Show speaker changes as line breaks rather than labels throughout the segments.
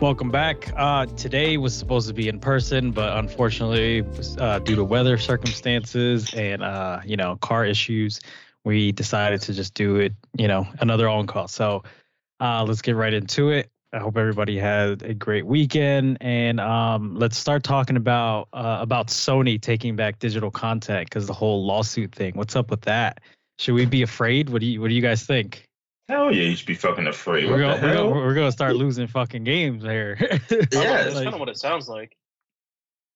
Welcome back. Uh, today was supposed to be in person, but unfortunately, uh, due to weather circumstances and uh, you know car issues, we decided to just do it. You know, another on call. So uh, let's get right into it. I hope everybody had a great weekend, and um, let's start talking about uh, about Sony taking back digital content because the whole lawsuit thing. What's up with that? Should we be afraid? What do you What do you guys think?
Hell yeah, you should be fucking afraid. What
We're
the
gonna, we're,
hell?
gonna, we're gonna start losing fucking games here.
Yeah,
that's
like-
kind of what it sounds like.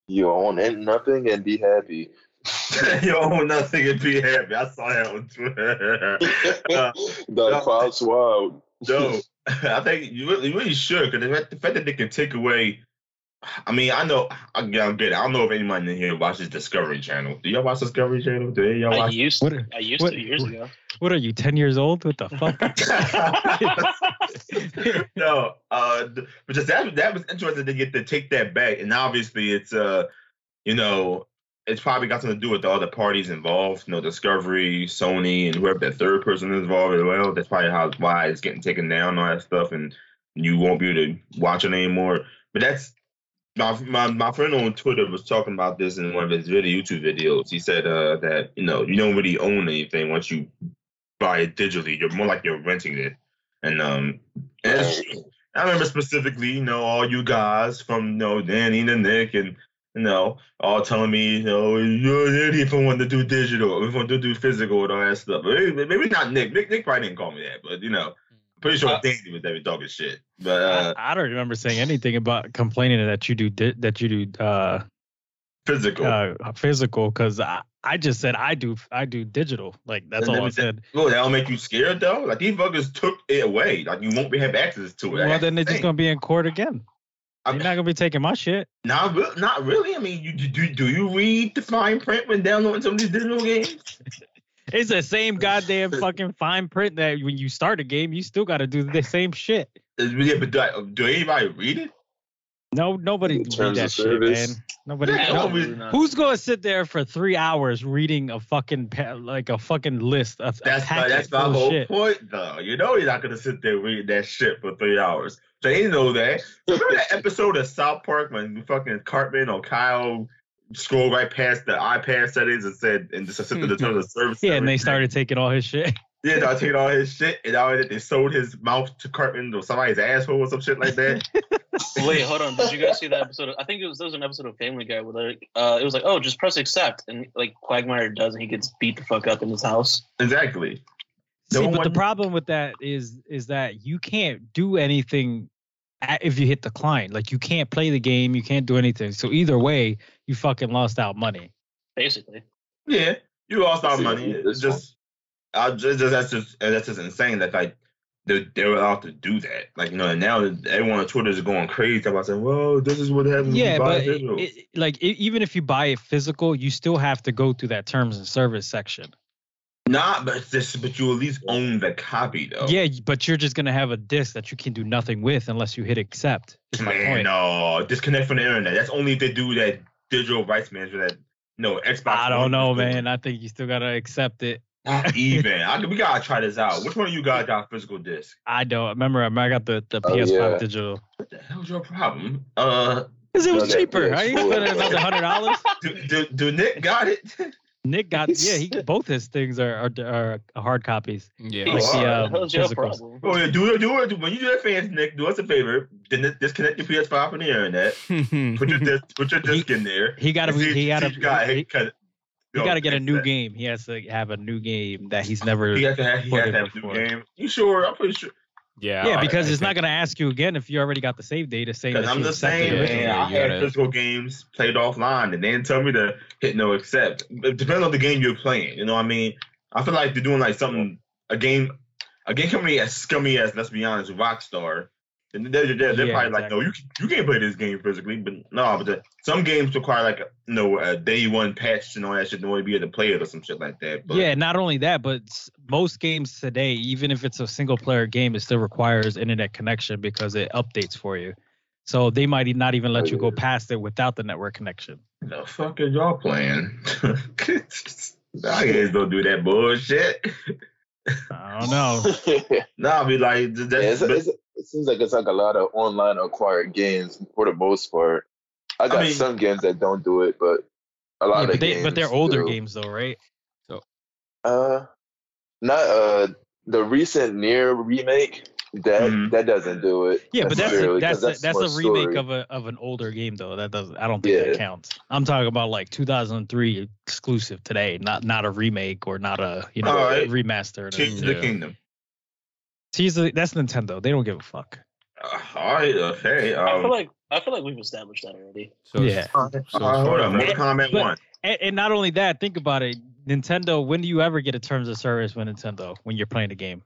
You own it, nothing and be happy.
you own nothing and be happy. I saw that on Twitter. Uh,
the Klaus Schwab.
no, I think you really, you really should because the fact- the fact that they can take away. I mean, I know I, I get. It. I don't know if anyone in here watches Discovery Channel. Do y'all watch Discovery Channel? Do y'all
I
watch?
used
What-
to, I used
what-
to years ago.
What are you, 10 years old? What the fuck?
no, uh, th- but just that that was interesting to get to take that back, and obviously it's uh, you know, it's probably got something to do with all the parties involved, you know, Discovery, Sony, and whoever that third person is involved as well. That's probably how why it's getting taken down, and all that stuff, and you won't be able to watch it anymore. But that's my my my friend on Twitter was talking about this in one of his video YouTube videos. He said uh that you know you don't really own anything once you buy it digitally. You're more like you're renting it. And um, and it's- I remember specifically, you know, all you guys from you know Danny and Nick and you know all telling me, you know, you're an idiot for wanting to do digital, we want to do physical and all that stuff. Maybe, maybe not Nick. Nick. Nick probably didn't call me that, but you know, pretty sure
Uh,
Danny was every dog as shit. But uh,
I, I don't remember saying anything about complaining that you do di- that you do uh,
physical.
uh, physical because I, I just said I do I do digital. Like that's
And
all
then
I
it's-
said.
Well, that'll make you scared though. Like these fuckers took it away. Like you won't be have access to it.
Well,
That's
then
the
they're just
thing.
gonna be in court again.
I
You're not gonna be taking my shit.
Not, re- not really. I mean, you do, do- do you read the fine print when downloading some of these digital games?
It's the same goddamn fucking fine print that when you start a game, you still got to do the same shit.
Is- Yeah, but do, I- do anybody read it?
No, nobody
In
read
terms
that
of
shit, man.
service.
Nobody.
Yeah,
no-
well, we-
Who's gonna sit there for three hours reading a fucking pa- like a fucking list? A,
That's
a
my,
packet
that's my
full of
whole
shit.
point, though. You know, you're not gonna sit there reading that shit for three hours. They know that. Remember that episode of South Park when fucking Cartman or Kyle scrolled right past the iPad settings and said, and just accepted the terms of service.
Hmm. Yeah, and they
everything?
started taking all his shit.
Yeah, dog taking all his shit, and all that they sold his mouth to Cartman or somebody's asshole or some shit like that.
Wait, hold on. Did you guys see that episode? Of, I think it was there was an episode of Family Guy where like uh, it was like, oh, just press accept, and like Quagmire does, and he gets beat the fuck up in his house.
exactly.
See,
No
but the
one-
problem with that is is that you can't do anything a- if you hit the client. Like you can't play the game, you can't do anything. So either way, you fucking lost out money.
Basically,
Yeah, you lost our
See,
money. It's
this
just, I just, just that's just and that's just insane that like they they were allowed to do that. Like you know, and now everyone on Twitter is going crazy about saying, "Well, this is what happens." when you
Yeah,
buy
but it,
digital."
it- like e- even if you buy it physical, you still have to go through that terms and service section.
nah, but it's just, but you at least own the copy though.
Yeah, but you're just gonna have a disc that you can do nothing with unless you hit accept. Is my
man,
point.
no, disconnect from the internet. That's only if they do that digital rights management. That no Xbox.
I don't
One
know,
is doing.
man. I think you still gotta accept it.
Not even. I, we gotta try this out. Which one of you guys got physical disc?
I don't remember. I got the, the
Oh,
PS5
yeah.
digital
What the hell's your problem? Uh,
because it
No,
was
that
cheaper. I ain't
PS4,
spending another
bro.
hundred dollars.
do, do, do Nick got it?
Nick got yeah, he both his things are are, are hard copies.
Yeah.
Oh,
Like the
alright.
um,
What the hell's your
physicals.
problem?
Oh yeah, do it, do it. When you do that, fans, Nick, do us a favor. Then disconnect your PS5 from the internet. Put your disc, put your disc in there.
He got to
and see-
he got to
see if you got-
he,
cut- yo,
got to get a
fix
new
that.
game. He has to have a new game that he's never.
He
Yeah,
got to have, he
Put
got
it
to have a new
before.
game. You sure? I'm pretty sure.
Yeah.
because it's not gonna ask you again if you already got the save data saying.
Because
that
I'm
you
the
accepted
same,
it.
Yeah,
man. I
you
had
gotta-
physical games played offline, and they didn't tell me to hit no accept. It depends on the game you're playing. You know what I mean? I feel like they're doing like something a game, a game company as scummy as let's be honest, Rockstar. And they're, they're, they're
Yeah,
probably like, no, you you can't play this game physically, but no, but the, some games require like you know a day one patch and all that shit in order to be able to play it or some shit like that. But
Yeah, not only that, but s- most games today, even if it's a single player game, it still requires internet connection because it updates for you. So they might e- not even let you go past it without the network connection.
the fuck are y'all playing? I guess don't do that bullshit.
I don't know.
yeah,
Nah, I be like, that's,
it's, it's, it seems like it's like a lot of online acquired games for the most part. I got
mean-
some games that don't do it, but a lot
Yeah,
of
but, they,
games.
but they're older
do.
games though, right?
Uh, not uh the recent near remake that
Mhm.
that doesn't do it.
Yeah, but that's a,
necessarily,
that's
'cause
a, that's
more
a remake
story.
of a of an older game though. That does I don't think that
Yeah.
counts. I'm talking about like 2003 exclusive today, not not a remake or not a you know
All right.
remaster.
Tears of
Tears
the Kingdom.
that's Nintendo. They don't give a fuck.
Uh, all right, okay.
I feel
Um,
like I feel like we've established that already.
So it's-
Yeah.
So it's
uh, hold
sort
on,
of
Mortal Kombat
But-
One.
And, and not only that, think about it. Nintendo. When do you ever get a terms of service with Nintendo when you're playing a game?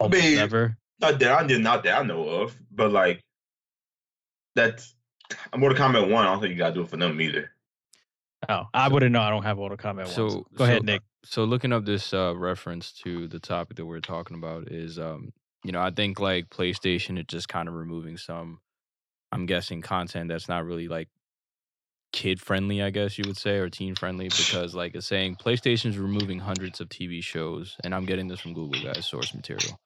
I
Almost
mean,
never.
Not that I did, not that I know of, but like that's Mortal Kombat One. I don't think you gotta do it for them either.
Oh, I wouldn't know. I don't have Mortal Kombat. So
So-
go
so-
ahead, Nick.
so looking up this uh, reference to the topic that we're talking about is um you know i think like playstation is just kind of removing some i'm guessing content that's not really like kid friendly i guess you would say or teen friendly because like it's saying playstation's removing hundreds of tv shows and i'm getting this from google guys source material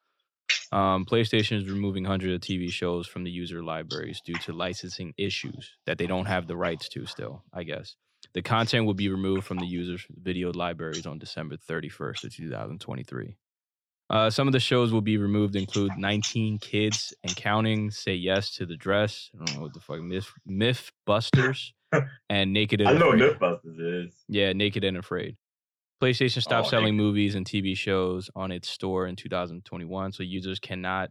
um, PlayStation is removing hundreds of TV shows from the user libraries due to licensing issues that they don't have the rights to still, I guess. The content will be removed from the user's video libraries on December 31st of 2023. Uh, some of the shows will be removed include 19 Kids and Counting, Say Yes to the Dress, I don't know what the fuck, Myth, Mythbusters, and Naked and
I know what
Afraid.
Mythbusters is.
Yeah, Naked and Afraid. PlayStation stopped
Oh,
selling movies and TV shows on its store in 2021, so users cannot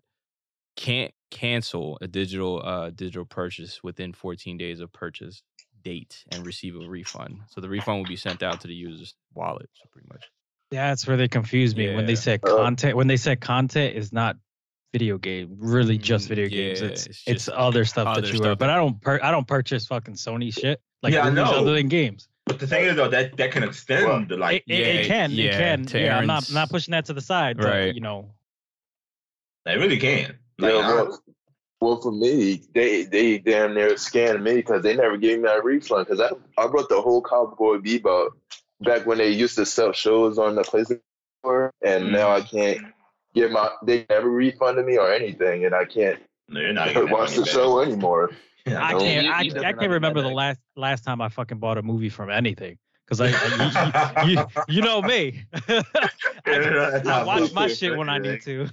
can't cancel a digital uh, digital purchase within 14 days of purchase date and receive a refund. So the refund will be sent out to the user's wallet. So pretty much.
That's where they confused me when they
Yeah.
said
Oh.
content. When they said content is not video game, really just
Mm,
video games.
yeah,
It's
it's
it's,
just
other stuff
other
that you
stuff
are. But I don't per, I don't purchase fucking Sony shit. Like
Yeah, I
movies
know.
other than games.
But the thing is though, that that can extend
Well,
the
It,
like
it, it
Yeah,
can it
yeah,
can.
to
Yeah, I'm not
Aaron's-
not pushing that to the side. Right.
Right.
you know.
they really can.
You
Like,
know,
I-
well, well, for me, they they damn near scammed me because they never gave me that refund because I I brought the whole Cowboy Bebop back when they used to sell shows on the PlayStation store, and
Mhm.
now I can't get my they never refunded me or anything, and I can't
no, you're not getting that
watch
money
the
back.
show anymore.
Yeah,
I
don't-
can't
You-
I,
you
I
definitely
can't remember the
like-
last last time I fucking bought a movie from anything. Cause I, I- you, you, you know me. I, I watch my shit when I need to.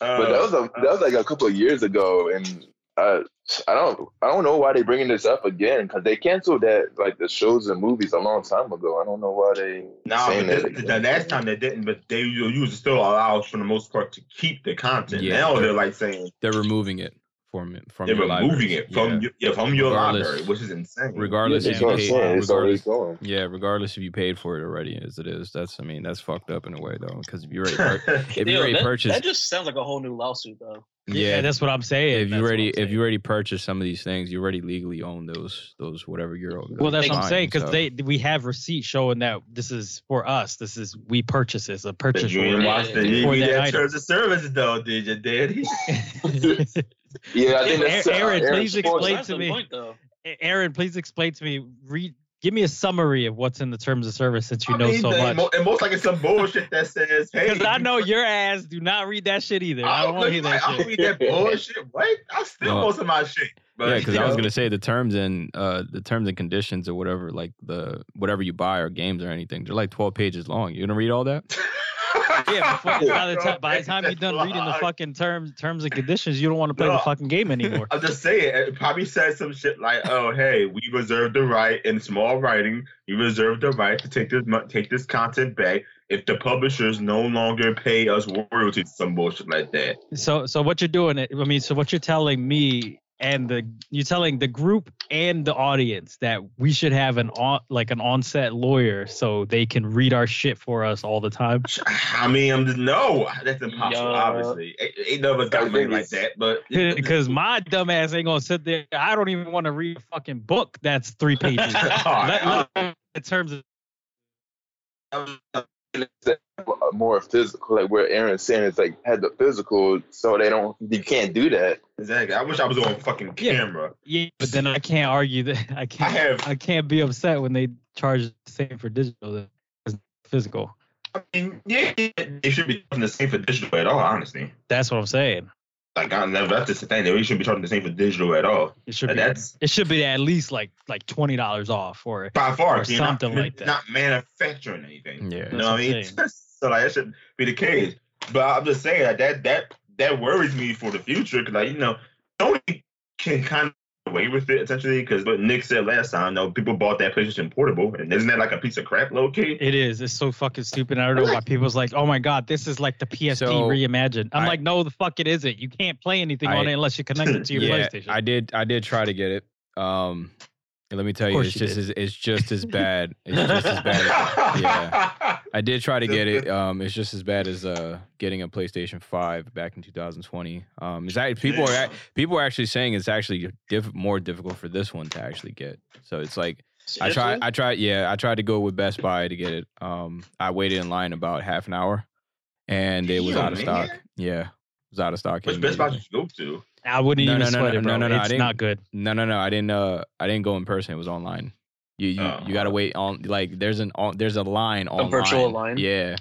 Uh,
But that was a, that was like a couple of years ago, and I I don't I don't know why they bringing this up again because they canceled that like the shows and movies a long time ago. I don't know why they
No, but
saying that
this, the
again.
last time they didn't, but they you you was still allowed for the most part to keep the content.
Yeah.
Now they're like saying
They're removing it from it- from
they're
your
removing
libraries.
it from
yeah.
your, yeah, from your
Regardless-
library, which is insane.
regardless
Yeah,
if
that's
you
what I'm
paid-
saying. It's already
regardless-
gone.
yeah, regardless if you paid for it already as it is. That's I mean that's fucked up in a way though because if you already pur- if you
Yo,
already
that,
purchased
that just sounds like a whole new lawsuit though.
Yeah, that's what I'm saying.
if you
That's what
already
I'm
if
saying.
you already purchased some of these things, you already legally own those those whatever you're.
Well, that's what I'm
buying
saying
and
because
stuff.
they we have receipts showing that this is for us. This is we purchase this a purchase
you ain't
order.
watched the you
for
ain't
that
that
item.
terms of service though, did you, Daddy?
Yeah, I think
Aaron-
that's uh,
Aaron, please
Sports.
explain- Wait
That's
to
the
me.
point though.
Aaron, please explain to me. Read, give me a summary of what's in the terms of service since you
I
know
mean,
so
they-
much.
mo- And most like it's some bullshit that says, "Hey,
Because I know your ass do not read that shit either. I don't want to hear
look
that
like- I don't
shit.
read that bullshit. What? I still
No.
most of my shit. But,
yeah, because
you
I was
know,
gonna say the terms and uh the terms and conditions or whatever like the whatever you buy or games or anything they're like twelve pages long. You're gonna read all that?
Yeah, but fucking by the time by the time you're done reading the fucking terms terms and conditions, you don't want to play
No.
the fucking game anymore.
I'm just saying, it probably said some shit like, "Oh, hey, we reserve the right in small writing. We reserve the right to take this mo- take this content back if the publishers no longer pay us royalties." Some bullshit like that.
So so what you're doing? I mean, so what you're telling me and the you're telling the group and the audience that we should have an on like an onset lawyer so they can read our shit for us all the time.
I mean, I'm just no. That's impossible.
Yeah.
Obviously, ain't, ain't none of us got money like that. But
Because my dumb ass ain't gonna sit there. I don't even want to read a fucking book that's three pages. Let- let- in terms of
more physical, like where Aaron's saying it's like had the physical, so they don't, you can't do that.
exactly. I wish I was on fucking
Yeah.
camera.
yeah, but then I can't argue that I
I
can't.
have.
I can't be upset when they charge the same for digital as physical.
I mean, yeah, they should be doing the same for digital at all. Honestly,
That's what I'm saying.
Like I never that's just the thing. They really shouldn't be charging the same for digital at all.
It should
And
be
that's
it should be at least like like twenty dollars off or
by far
Or
you're not-
something
you're
like that.
Not manufacturing anything.
Yeah.
You
That's
know
what
what I mean?
I'm
so like that should be the case. But I'm just saying that that that, that worries me for the future because like you know Sony can kind of get away with it essentially because what Nick said last time, no people bought that PlayStation Portable and isn't that like a piece of crap located?
it is. It's so fucking stupid. I don't know why people's like, oh my god, this is like the PSD
So,
reimagined. I'm
I-
like, no, the fuck it isn't. You can't play anything on
I-
it unless you connect it to your
yeah,
PlayStation.
I did. I did try to get it. Um, and let me tell
Of
you,
course
it's
you
just
did.
as, it's just as bad. It's just as bad. As, yeah, I did try to get it. Um, it's just as bad as uh getting a PlayStation Five back in 2020. Um, it's act- people are act- people are actually saying it's actually diff- more difficult for this one to actually get. So it's like I tried. I tried. Yeah, I tried to go with Best Buy to get it. Um, I waited in line about half an hour, and it was
Damn,
out of
man.
stock. Yeah, it was out of stock.
Which Best Buy
immediately.
should you go to?
I wouldn't
No,
even
no, no,
sweat
no,
it, bro.
no, no, no, I
it's
didn't-
not good.
No, no, no. I didn't. Uh, I didn't go in person. It was online. You you,
Oh.
you gotta wait on like there's an on, there's a line online.
virtual line?
Yeah.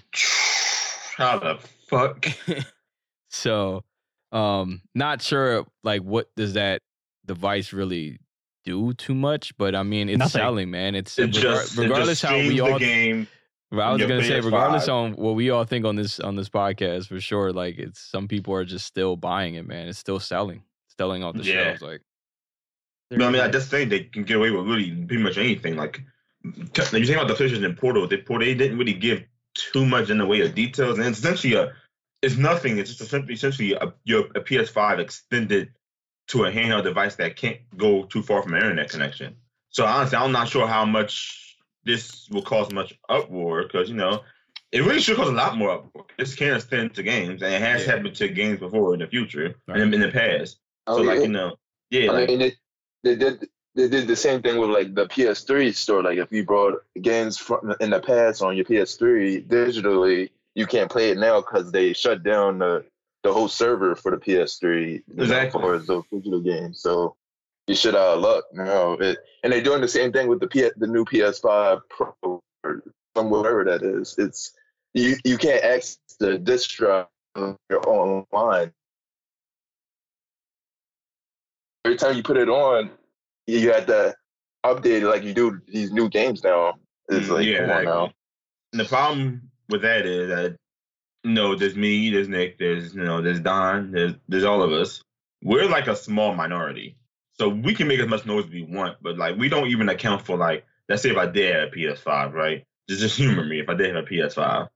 How the fuck?
so, um, not sure like what does that device really do too much, but I mean it's
Nothing.
selling, man. It's
It
regar-
just
regardless
it just
how we
streams
all
the game.
Well, I was
Your
gonna say,
PS5.
regardless on what we all think on this on this podcast, for sure, like it's some people are just still buying it, man. It's still selling, It's selling off the
Yeah.
shelves. Like,
But I mean, I just think they can get away with really pretty much anything. Like, t- if you think about the PlayStation and Portal, they Portal they didn't really give too much in the way of details, and it's essentially a, it's nothing. It's just essentially, essentially a, your a PS5 extended to a handheld device that can't go too far from an internet connection. So honestly, I'm not sure how much this will cause much uproar because you know it really should cause a lot more uproar. This can extend to games, and it has
Yeah.
happened to games before in the future
Right.
and in the past. So like you know, yeah,
Oh, I
like,
mean, they, they did they did the same thing with like the PS3 store. Like if you brought games from in the past on your PS3 digitally, you can't play it now because they shut down the the whole server for the PS3 you know,
Exactly.
for those digital games. So you should out of luck now. It, and they're doing the same thing with the P, the new PS5 Pro or some whatever that is. It's you you can't access the disk drive on your online. Every time you put it on, you had to update it like you do these new games now. It's
Mm,
like
yeah,
come on
like-
now.
And the problem with that is that you know, there's me, there's Nick, there's you know, there's Don, there's there's all of us. We're like a small minority. So we can make as much noise as we want, but like we don't even account for like let's say if I did have a PS5, right? Just just humor me if I did have a PS5.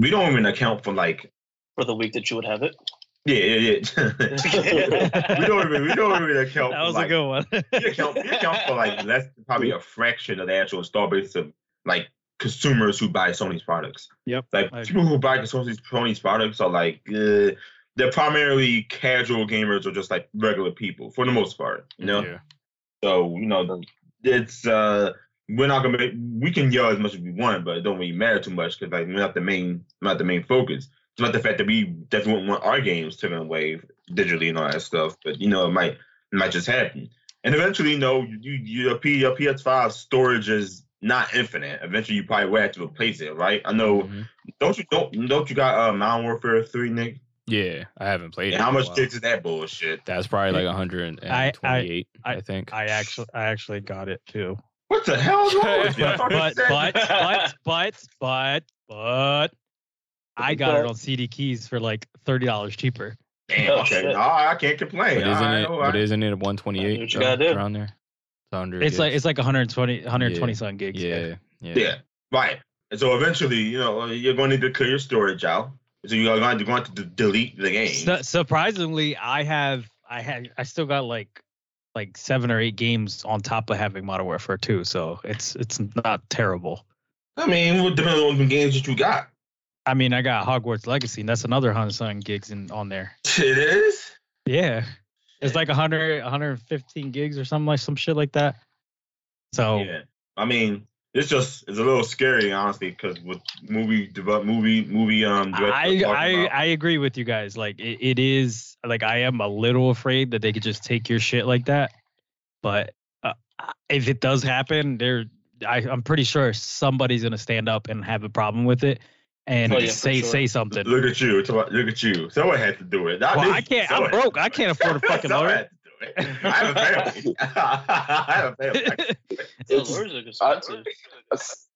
We don't even account for like
for the week that you would have it.
yeah, yeah, yeah. we don't even we don't even account
That
for
was
like
a good one.
you account, you account for like less, probably a fraction of the actual install base of like consumers who buy Sony's products.
Yep,
Like
I
people who buy Sony's, Sony's products are like uh, they're primarily casual gamers or just like regular people for the most part. You know,
yeah,
so you know it's uh we're not gonna be, we can yell as much as we want, but it don't really matter too much because like we're not the main we're not the main focus. It's not the fact that we definitely wouldn't want our games taken away digitally and all that stuff, but you know it might it might just happen. And eventually, you know, you, you, your P your PS5 storage is not infinite. Eventually, you probably will have to replace it, right? I know.
Mhm.
Mm-hmm.
Don't you don't don't you got uh, Modern Warfare three, Nick?
yeah. I haven't played it.
And how
in a
much
while.
gigs is that bullshit?
That's probably like 128, I,
I-
think.
I actually I actually got it too.
What the hell is wrong with you? I thought you
But
said-
but but but but but I got it on CD keys for like thirty dollars cheaper.
Damn,
Oh,
okay.
shit.
No, I can't
but
complain.
isn't
I
it?
know,
But
I-
isn't it
What
128
you gotta do.
around there? It's 100
It's like
gigs.
it's like 120 120
Yeah.
something gigs.
yeah, yeah,
yeah, right. And so eventually, you know, uh, you're going to need to clear your storage out. So you're going to want to d- delete the game.
Su- surprisingly, I have I had I still got like like seven or eight games on top of having Modern Warfare 2, so it's it's not terrible.
I mean, it depends on the games that you got.
I mean, I got Hogwarts Legacy, and that's another hundred something gigs in on there.
It is.
Yeah, it's like 100 115 gigs or something like some shit like that.
Oh.
So
Yeah. I mean, it's just it's a little scary, honestly, because with movie develop movie movie um.
I
directors talking
I,
about-
I agree with you guys. Like it, it is like I am a little afraid that they could just take your shit like that. But uh, if it does happen, there I I'm pretty sure somebody's gonna stand up and have a problem with it. and
Oh, yeah, for
say
sure.
say something.
Look at you. Look at you. Someone had to do it. Not
Well,
me.
I can't. I'm
Someone had to
broke.
do
I
it.
can't afford a fucking
Someone
lawyer.
had to do it. I have a family. I have a family. I can't do it.
The
It's-
lawyers are expensive.
I s-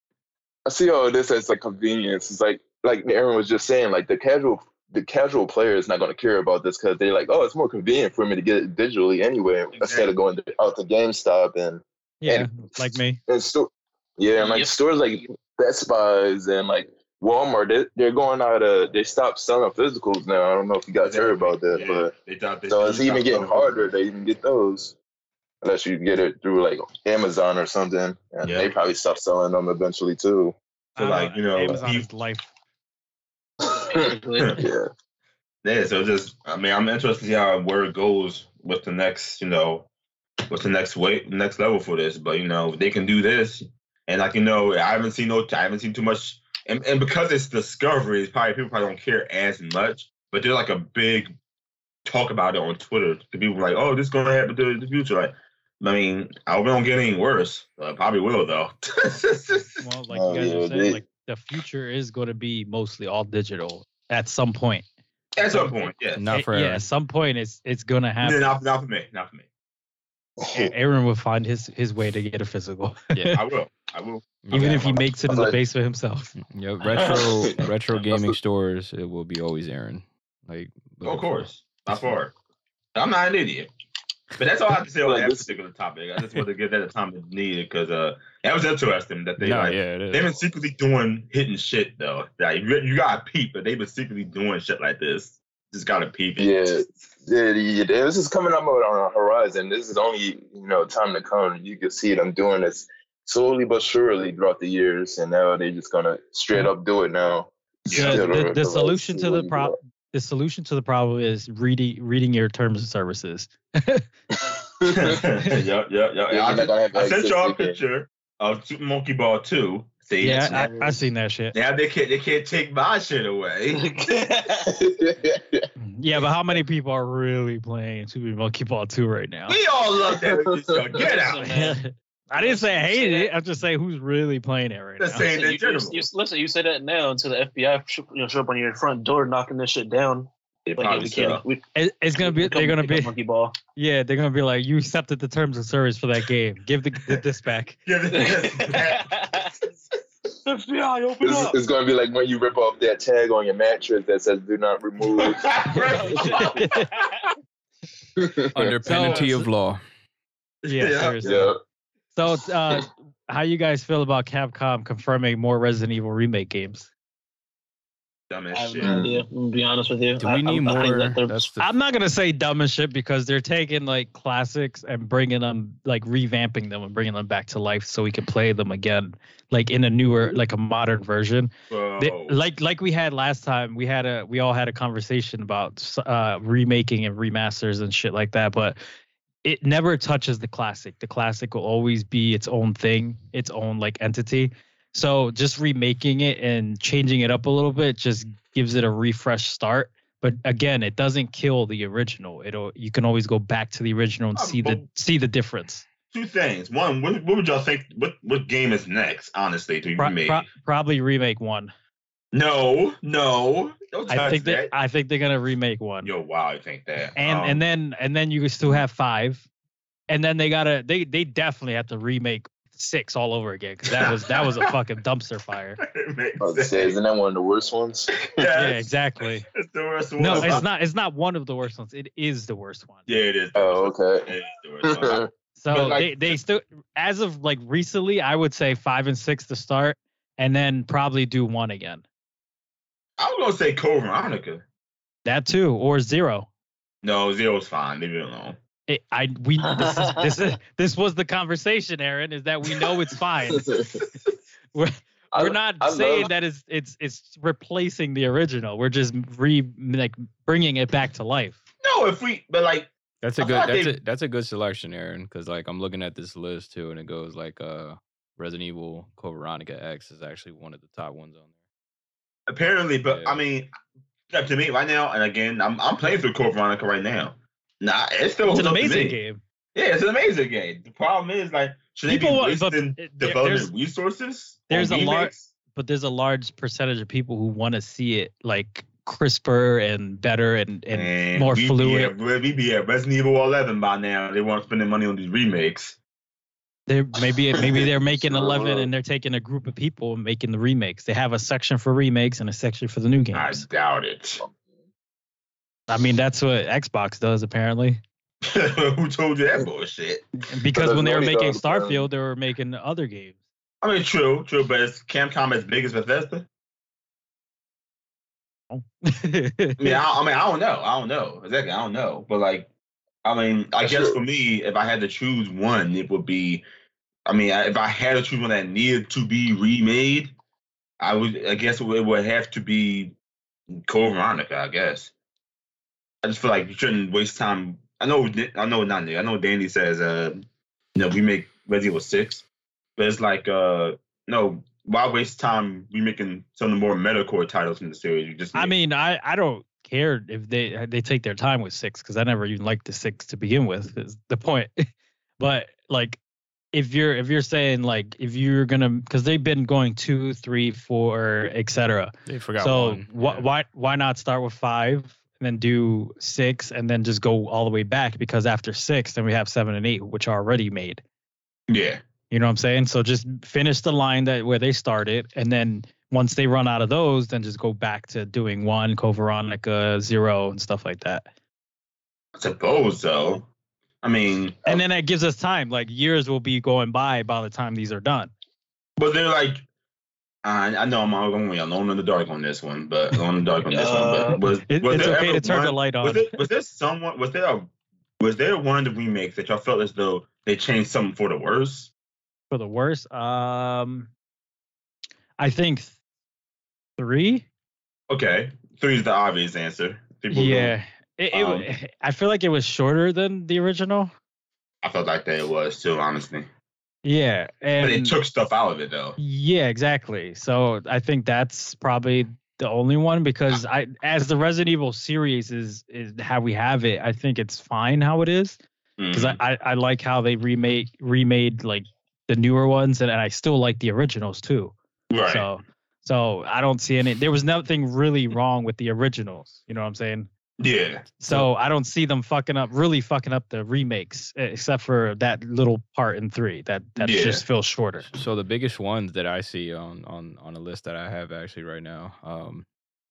I see all this as a convenience. It's like like Aaron was just saying, like the casual the casual player is not going to care about this because they're like, oh, it's more convenient for me to get it digitally anyway instead of going to, out to GameStop and
Yeah, like me.
and store. Yeah, and like
Yep.
stores like Best Buys and like Walmart, they, they're going out of they stopped selling physicals now. I don't know if you guys heard about that,
Yeah,
but
they thought they
so it's even getting harder to even get those unless you get it through like Amazon or something, and
Yeah.
they probably stop selling them eventually too.
So, like, you know,
Amazon
you-
is life.
Basically.
yeah.
Yeah, so just I mean, I'm interested to see how where it goes with the next, you know, what's the next way, next level for this. But you know, if they can do this, and like you know, I haven't seen no, I haven't seen too much, and, and because it's discovery, it's probably people probably don't care as much. But there's like a big talk about it on Twitter. People are like, oh, this is going to happen to the future. Like, I mean, I hope it don't get any worse. Uh, probably will though.
Well, like
Oh,
you guys
yeah,
are
they-
saying, like the future is going to be mostly all digital at some point.
At some point, yeah.
Not
It-
for
yeah, at some point it's it's going to happen.
Not, not for me. Not for me.
A- Aaron will find his his way to get a physical,
I will. I will.
even
Yeah.
if he makes it in the
Like-
basement himself.
Yeah, retro retro
That's
gaming
the-
stores. It will be always Aaron. Like
Oh, Of
looking for-
course, not far. I'm not an idiot, but that's all I have to say on
Like
that
this-
particular topic. I just wanted to give that the time it needed because uh, that was interesting that they
No,
like
yeah, it is.
they've been secretly doing hidden shit though. Like you, you gotta peep, but they've been secretly doing shit like this. Just gotta peep.
Yeah, yeah, yeah, this is coming up on our horizon. This is only you know time to come. You can see them doing this slowly but surely throughout the years, and now they're just gonna straight up do it now.
So
Yeah,
the,
right,
the
right.
solution to the
Yeah.
problem, the solution to the problem is reading reading your terms of services.
yep, yep, yep.
Yeah,
I,
you're not gonna have
I
access
sent y'all
to
a
the game.
picture of Super Monkey Ball 2. See,
Yeah,
never-
I, I seen that shit.
now they can't they can't take my shit away.
Yeah, but how many people are really playing Super Monkey Ball 2 right now?
we all love that. So get out.
Listen, man.
I didn't say I hated it. I'm just saying who's really playing it right
Let's
now.
say-
Listen,
in
you, you,
general.
you, listen, you say that now until the FBI sh- you know, show up on your front door knocking this shit down.
They
Like, yeah,
probably
we can't.
sell.
We,
It, it's gonna be.
we come
They're gonna
pick up
be.
monkey ball.
Yeah, they're gonna be like, you accepted the terms of service for that game. Give the, the this back.
Yeah, this- this-
FBI, open
It's,
up.
it's gonna be like when you rip off that tag on your mattress that says "Do not remove."
under
So-
penalty of law.
Yeah,
Yeah.
seriously.
yeah,
So, uh, how you guys feel about Capcom confirming more Resident Evil remake games?
Dumbass
I have
shit.
no idea. I'm gonna be honest with you.
Do
I-
we need
I, I think
more?
that they're-
That's the,
I'm not gonna say dumb as shit because they're taking like classics and bringing them, like revamping them and bringing them back to life so we can play them again, like in a newer, like a modern version.
Bro.
They- like like we had last time, we had a we all had a conversation about uh, remaking and remasters and shit like that, but it never touches the classic. The classic will always be its own thing, its own like entity. So just remaking it and changing it up a little bit just gives it a refresh start. But again, it doesn't kill the original. It'll you can always go back to the original and
Oh,
see the
but-
see the difference.
two things. One, what, what would y'all think? What what game is next? Honestly, to be
Pro-
made?
pro- probably remake one.
no, no. Don't touch
I think that
that.
I think they're gonna remake one.
Yo, wow, you think that? um,
and
Um,
and then and then you still have five, and then they gotta they they definitely have to remake six all over again because that was that was a fucking dumpster fire.
I was gonna say, isn't that one of the worst ones?
Yeah, exactly.
It's the worst one.
No,
uh
it's not. It's not one of the worst ones. It is the worst one.
Yeah, it is. the
Oh,
worst one.
okay.
It is the worst one.
So
But, like,
they they still as of like recently, I would say five and six to start, and then probably do one again.
I was gonna say Code Veronica.
That too, or zero.
No, zero's fine. Leave it alone.
It, I we this is, this is this was the conversation, Aaron. Is that we know it's fine. We're,
I-
we're not
I
saying
love-
that it's it's it's replacing the original. We're just re like bringing it back to life.
No, if we, but like,
that's a
I
good
thought
that's
they-
a that's a good selection, Aaron. Because like I'm looking at this list too, and it goes like uh Resident Evil Code Veronica X is actually one of the top ones on there.
apparently, but
Yeah.
I mean, up to me right now. And again, I'm I'm playing through Code Veronica right now. Nah, it's still
It's an
up to
amazing
me.
game.
Yeah, it's an amazing game. The problem is like, should
People
they
want-
be
but
wasting
it- there-
development
there's-
resources?
there's
on
a lar-
remakes?
but there's a large percentage of people who want to see it like crisper and better and, and
Man,
more
we Be
fluid.
at, we be at Resident Evil 11 by now. They want to spend their money on these remakes.
They maybe maybe they're making
Sure.
eleven and they're taking a group of people and making the remakes. They have a section for remakes and a section for the new
I
games.
doubt it.
I mean that's what Xbox does apparently.
Who told you that bullshit?
Because
there's
when they were
money
making
goes down.
Starfield, they were making other games.
I mean, true, true, but is Camcom as big as Bethesda? I mean, I, I mean, I don't know. I don't know exactly. I don't know, but like, I mean, I
That's
guess
true.
for me, if I had to choose one, it would be. I mean, I- if I had to choose one that needed to be remade, I would. I guess it would- it would have to be Code Veronica. I guess. I just feel like you shouldn't waste time. I know. I know. Not new. I know. Danny says, uh, you know, we make Resident Evil Six, but it's like, uh, no. Why waste time remaking some of the more metalcore titles from the series? You just
I
make-
mean, I, I don't care if they uh, they take their time with six because I never even liked the six to begin with. Is the point? but like, if you're if you're saying like if you're gonna because they've been going two, three, four, etc.
They forgot
so
one.
why
Yeah.
why why not start with five and then do six and then just go all the way back because after six then we have seven and eight which are already made.
yeah.
You know what I'm saying? So just finish the line that where they started, and then once they run out of those, then just go back to doing one, Co Veronica, zero, and stuff like that.
I suppose so. I mean,
And then that gives us time. Like years will be going by by the time these are done.
but they're like, I, I know I'm all going way alone in the dark on this one, but alone in the dark on this one. But was,
It,
was
it's
there
okay
ever
to turn the
one-
light
Was
on.
there, was there someone? Was there a? Was there one of the remakes that y'all felt as though they changed something for the worse?
for the worst. Um, I think three.
Okay, three is the obvious answer. People don't-
Yeah, it, it,
Um,
I feel like it was shorter than the original.
I felt like that it was too, honestly.
Yeah, and
But it took stuff out of it though.
Yeah, exactly. So I think that's probably the only one because I, as the Resident Evil series is is how we have it. I think it's fine how it is because
Mhm.
I, I I like how they remake remade like the newer ones and, and I still like the originals too.
Mm-hmm. right.
So so I don't see any. There was nothing really wrong with the originals. You know what I'm saying?
yeah.
So I don't see them fucking up, really fucking up the remakes, e- except for that little part in three that that
Yeah.
just feels shorter.
So the biggest ones that I see on on on a list that I have actually right now, um,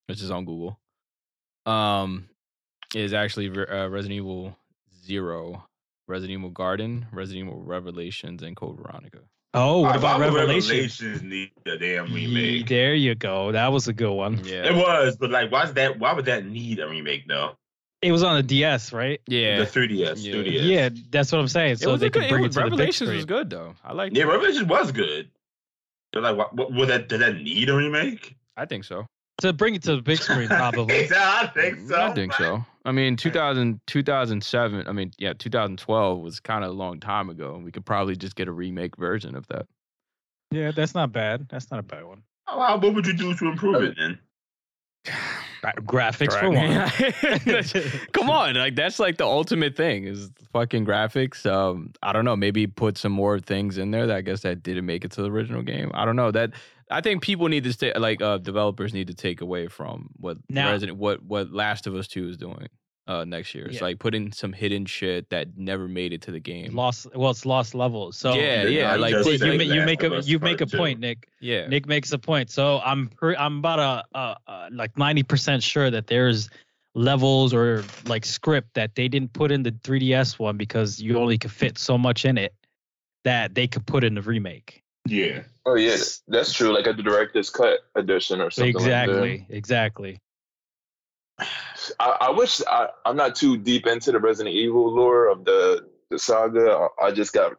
which is on Google, um, is actually Re- uh, Resident Evil Zero, Resident Evil Garden, Resident Evil Revelations, and Code Veronica.
Oh, what
Why
about
would
Revelation?
Revelations need a damn
Ye-
remake?
There you go. That was a good one.
Yeah,
It was, but like, why's that? Why would that need a remake though?
It was on the DS, right?
yeah.
The 3DS,
Yeah.
3DS.
Yeah, that's what I'm saying.
it
So
was
they
a good.
could
it
bring it,
was-
to the big
Revelations
screen.
was good though. I like.
Yeah, Revelation was good. But like, what, what, was that? Did that need a remake?
I think so.
To bring it to the big screen, probably.
I think so.
Mm, I think so. I mean, 2000, 2007, I mean, yeah, 2012 was kind of a long time ago, and we could probably just get a remake version of that.
yeah, that's not bad. That's not a bad one.
How- how- what would you do to improve it then?
Gra- graphics for one.
for one. Come on, like that's like the ultimate thing is fucking graphics. Um, I don't know, maybe put some more things in there that I guess that didn't make it to the original game. I don't know that. I think people need to stay like uh, developers need to take away from what
Now-
Resident what what Last of Us Two is doing uh, next year. It's
Yeah.
like putting some hidden shit that never made it to the game.
lost. Well, it's lost levels. So
Yeah, yeah,
Not
like,
just
you,
put-
you,
like,
ma- you
Last
make
of
a
Us
you make a
Part Two.
point, Nick.
yeah,
Nick makes a point. So I'm pre- I'm about a, uh uh like 90% sure that there's levels or like script that they didn't put in the 3DS one because you only could fit so much in it that they could put in the remake.
Yeah.
Oh yeah, that's true. Like a director's cut edition or something. Like
exactly, exactly.
that. I, I wish I, I'm not too deep into the Resident Evil lore of the the saga. I, I just got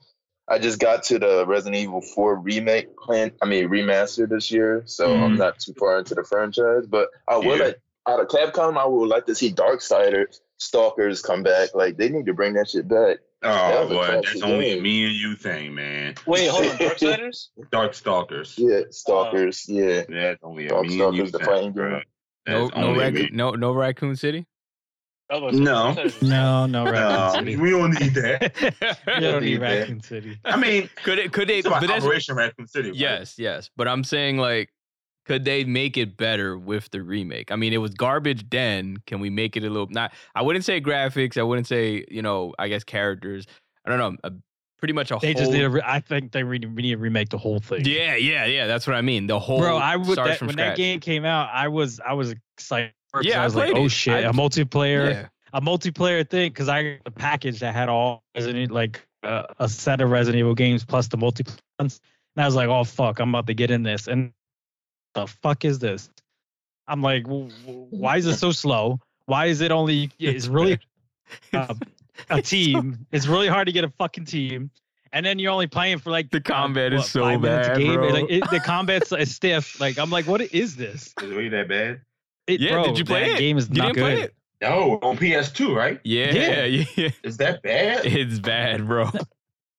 I just got to the Resident Evil 4 remake plan. I mean remaster this year, so I'm
Mm-hmm.
Mhm.
not too far into the franchise. But I would
Yeah.
like out of Capcom, I would like to see Darksider Stalkers come back. Like they need to bring that shit back.
Oh
was a
boy,
classic
that's only a
game.
me and you thing, man.
Wait, hold on, Darksiders?
Dark Stalkers.
Yeah, Stalkers. yeah.
That's only a me and you
Darkstalkers, the
thing.
fighting
bro.
game.
no
That's
no,
only
raccoon
me.
no no Raccoon City.
I was
No.
gonna say,
No, no,
No,
Raccoon City.
Uh, we don't need that.
You
could
don't need
need that.
Raccoon City.
I mean,
it? Could they?
it's
But
about
that's,
Operation Raccoon City. right?
yes, yes. But I'm saying like, could they make it better with the remake? I mean, it was garbage then. Can we make it a little? Not. I wouldn't say graphics. I wouldn't say you know. I guess characters. I don't know. A, pretty much a
They
whole.
just need. A re- I think they re- we need to remake the whole thing.
yeah, yeah, yeah. That's what I mean. The whole.
bro. I would.
starts
That,
from
when that
scratch.
game came out, I was I was excited. 'cause
Yeah, I
I was like,
played
oh
it.
shit,
I-
a multiplayer,
Yeah.
a multiplayer thing, because I got the package that had all Resident like uh, a set of Resident Evil games plus the multiplayer. ones. And I was like, oh fuck, I'm about to get in this, and the fuck is this? I'm like, w- w- why is it so slow? Why is it only? It's really uh, a team. It's really hard to get a fucking team. And then you're only playing for like
The combat is so
five minutes a
bad,
game.
bro.
Like, it- the combat's is stiff. Like I'm like, what is this?
Is it really that bad?
It,
Yeah,
bro,
did you play
that
it?
game is
You
not
didn't
good.
play it?
No, on PS2, right?
Yeah, yeah, yeah.
Is that bad?
It's bad, bro.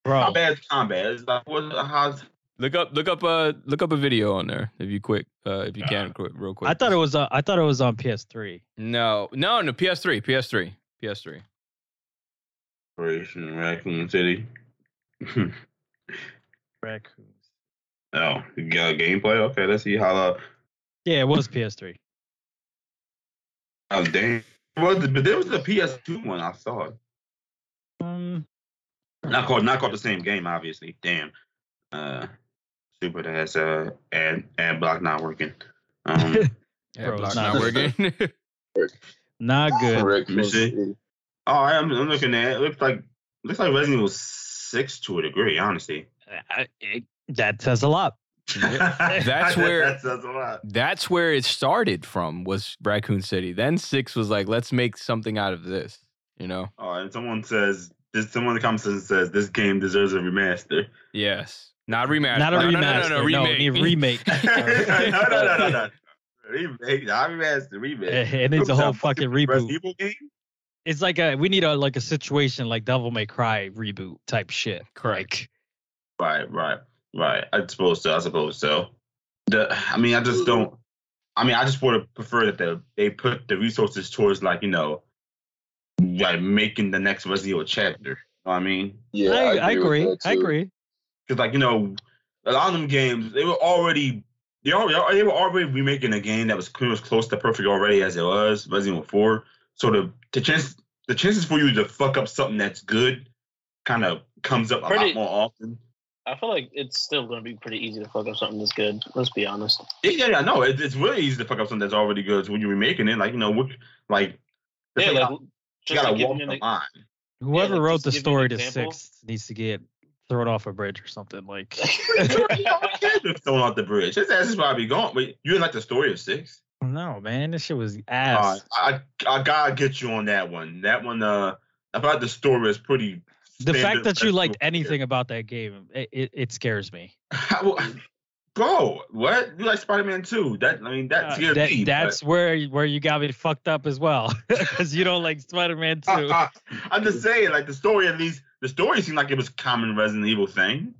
Bro,
How bad is combat? It's like what? How's
Look up, look up, uh, look up a video on there if you quick, uh, if you can, quick, real quick.
I thought it was uh, I thought it was on PS3.
No, no, no. PS3, PS3, PS3.
Operation Raccoon City?
Raccoons.
oh, you got gameplay. Okay, let's see how. Uh,
Yeah, it was PS3.
how damn. Well, th- but there was the PS2 one I saw.
Um,
Not called, not called the same game, obviously. Damn. Uh, super that has uh ad ad block not working. Um,
Yeah,
Bro,
block
it's
not
not
working.
not good.
Raccoon
Let's see.
City.
oh, I'm, I'm looking at it. looks like looks like Resident Evil Six to a degree, honestly.
I, it, that says a lot.
That's where-
that's, that's a lot.
That's where it started from. Was Raccoon City? Then Six was like, let's make something out of this. You know?
Oh, and someone says this. Someone in the comments and says this game deserves a remaster.
Yes. Not remaster.
Not a
No,
remaster.
No, no, no, no, remake.
need a remake.
no, no, no, no, no. Remake, not remaster, remake.
it needs a
Oops,
whole
I'm
fucking
Resident
reboot.
Evil game?
It's like a we need a like a situation like Devil May Cry reboot type shit.
Correct.
Like,
Right, right, right. I suppose so. I suppose so. The, I mean, I just don't. I mean, I just would have preferred that the, they put the resources towards like you know, like making the next Resident Evil chapter. You know what I mean?
Yeah,
I, I
with
agree.
that,
I
too.
agree.
Because like you know, a lot of them games they were already they already they were already remaking a game that was cl- was close to perfect already as it was Resident Evil Four. So the the chance the chances for you to fuck up something that's good kind of comes up a
Pretty-
lot more often.
I feel like it's still gonna be pretty easy to fuck up something this good. Let's be honest.
Yeah, yeah, no, it, it's really easy to fuck up something that's already good. So when you're remaking it, like you know, what, like
Yeah,
you
like
gotta- you
just
gotta
like giving
walk
you
the
an-
line.
Whoever
like,
wrote
just
the
give me an
story to
example.
six needs to get thrown off a bridge or something. Like
You're a kid that's thrown off the bridge. His ass is probably gone. Wait, you didn't like the story of six?
no, man, this shit was
Uh,
ass.
I I gotta get you on that one. That one, uh, I thought the story is pretty.
the fact
standard
that you liked
Resident Evil
anything about that game, it, it, it scares me.
How- bro, what you like Spider Man two? That I mean, that
Uh,
scared
that-
me. but-
that's where where you got me fucked up as well, because you don't like Spider Man Two.
I, am just saying, like the story at least, the story seemed like it was a common Resident Evil thing.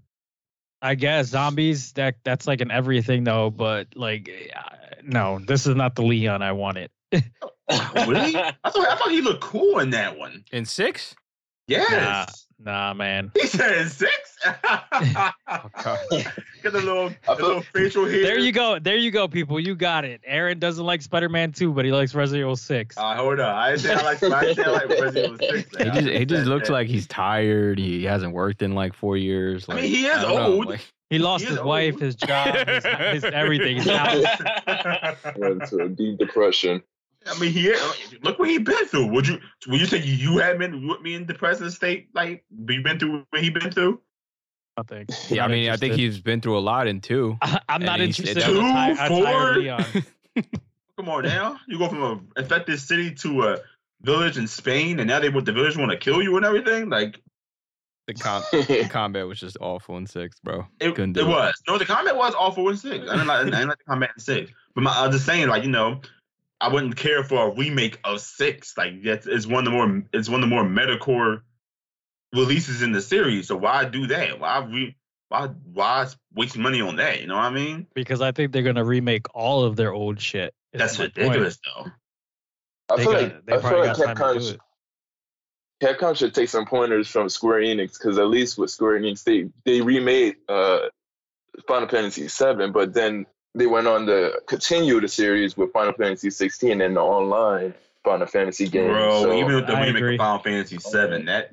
I guess zombies. That that's like an everything though. But like, uh, no, this is not the Leon I wanted.
Really? I thought I thought he looked cool in that one.
In Six?
Yes.
Nah. Nah, man.
He said six.
Oh, God.
Get the little, the
I
little
thought-
facial hair.
There you go. There you go, people. You got it. Aaron doesn't like Spider Man 2, but he likes Resident Evil 6.
Uh, hold on. I didn't say I like. I didn't say I like Resident Evil Six.
He just, he just looks like he's tired. He hasn't worked in like four years.
I
Like,
mean, he is
don't know,
old.
like-
he lost
he
his
is
wife,
old.
his job, his, his everything. His house.
Went into a deep depression.
I mean, he look what he been through. Would you? Would you say you had been with me in depressive state? Like you been through what he been through?
Nothing.
Yeah, I
Not
mean, I think
interested.
he's been through a lot in two.
I, I'm not
and he's-
interested.
it's
I'm ti- I'm
two,
tired
four?
of Leon.
Come on now. You go from a infected city to a village in Spain, and now they want the village want to kill you and everything. Like
The, com- the combat was just awful in six, bro.
It,
Couldn't do
it was. No, the combat was all four and six. I didn't like, I didn't like the combat in six. But my, I was just saying, like, you know, I wouldn't care for a remake of six. Like that's it's one of the more it's one of the more metacore releases in the series. So why do that? Why re why why waste money on that? You know what I mean?
because I think they're gonna remake all of their old shit. is
That's
my point.
ridiculous though.
I
They
feel
got-
like
they
I feel
probably
like
got time to
Capcom,
do
sh-
it.
Capcom should take some pointers from Square Enix because at least with Square Enix, they they remade uh, Final Fantasy VII, but then they went on to continue the series with Final Fantasy 16 and the online Final Fantasy game.
Bro,
so,
even with the
I
remake
agree.
of Final Fantasy VII, that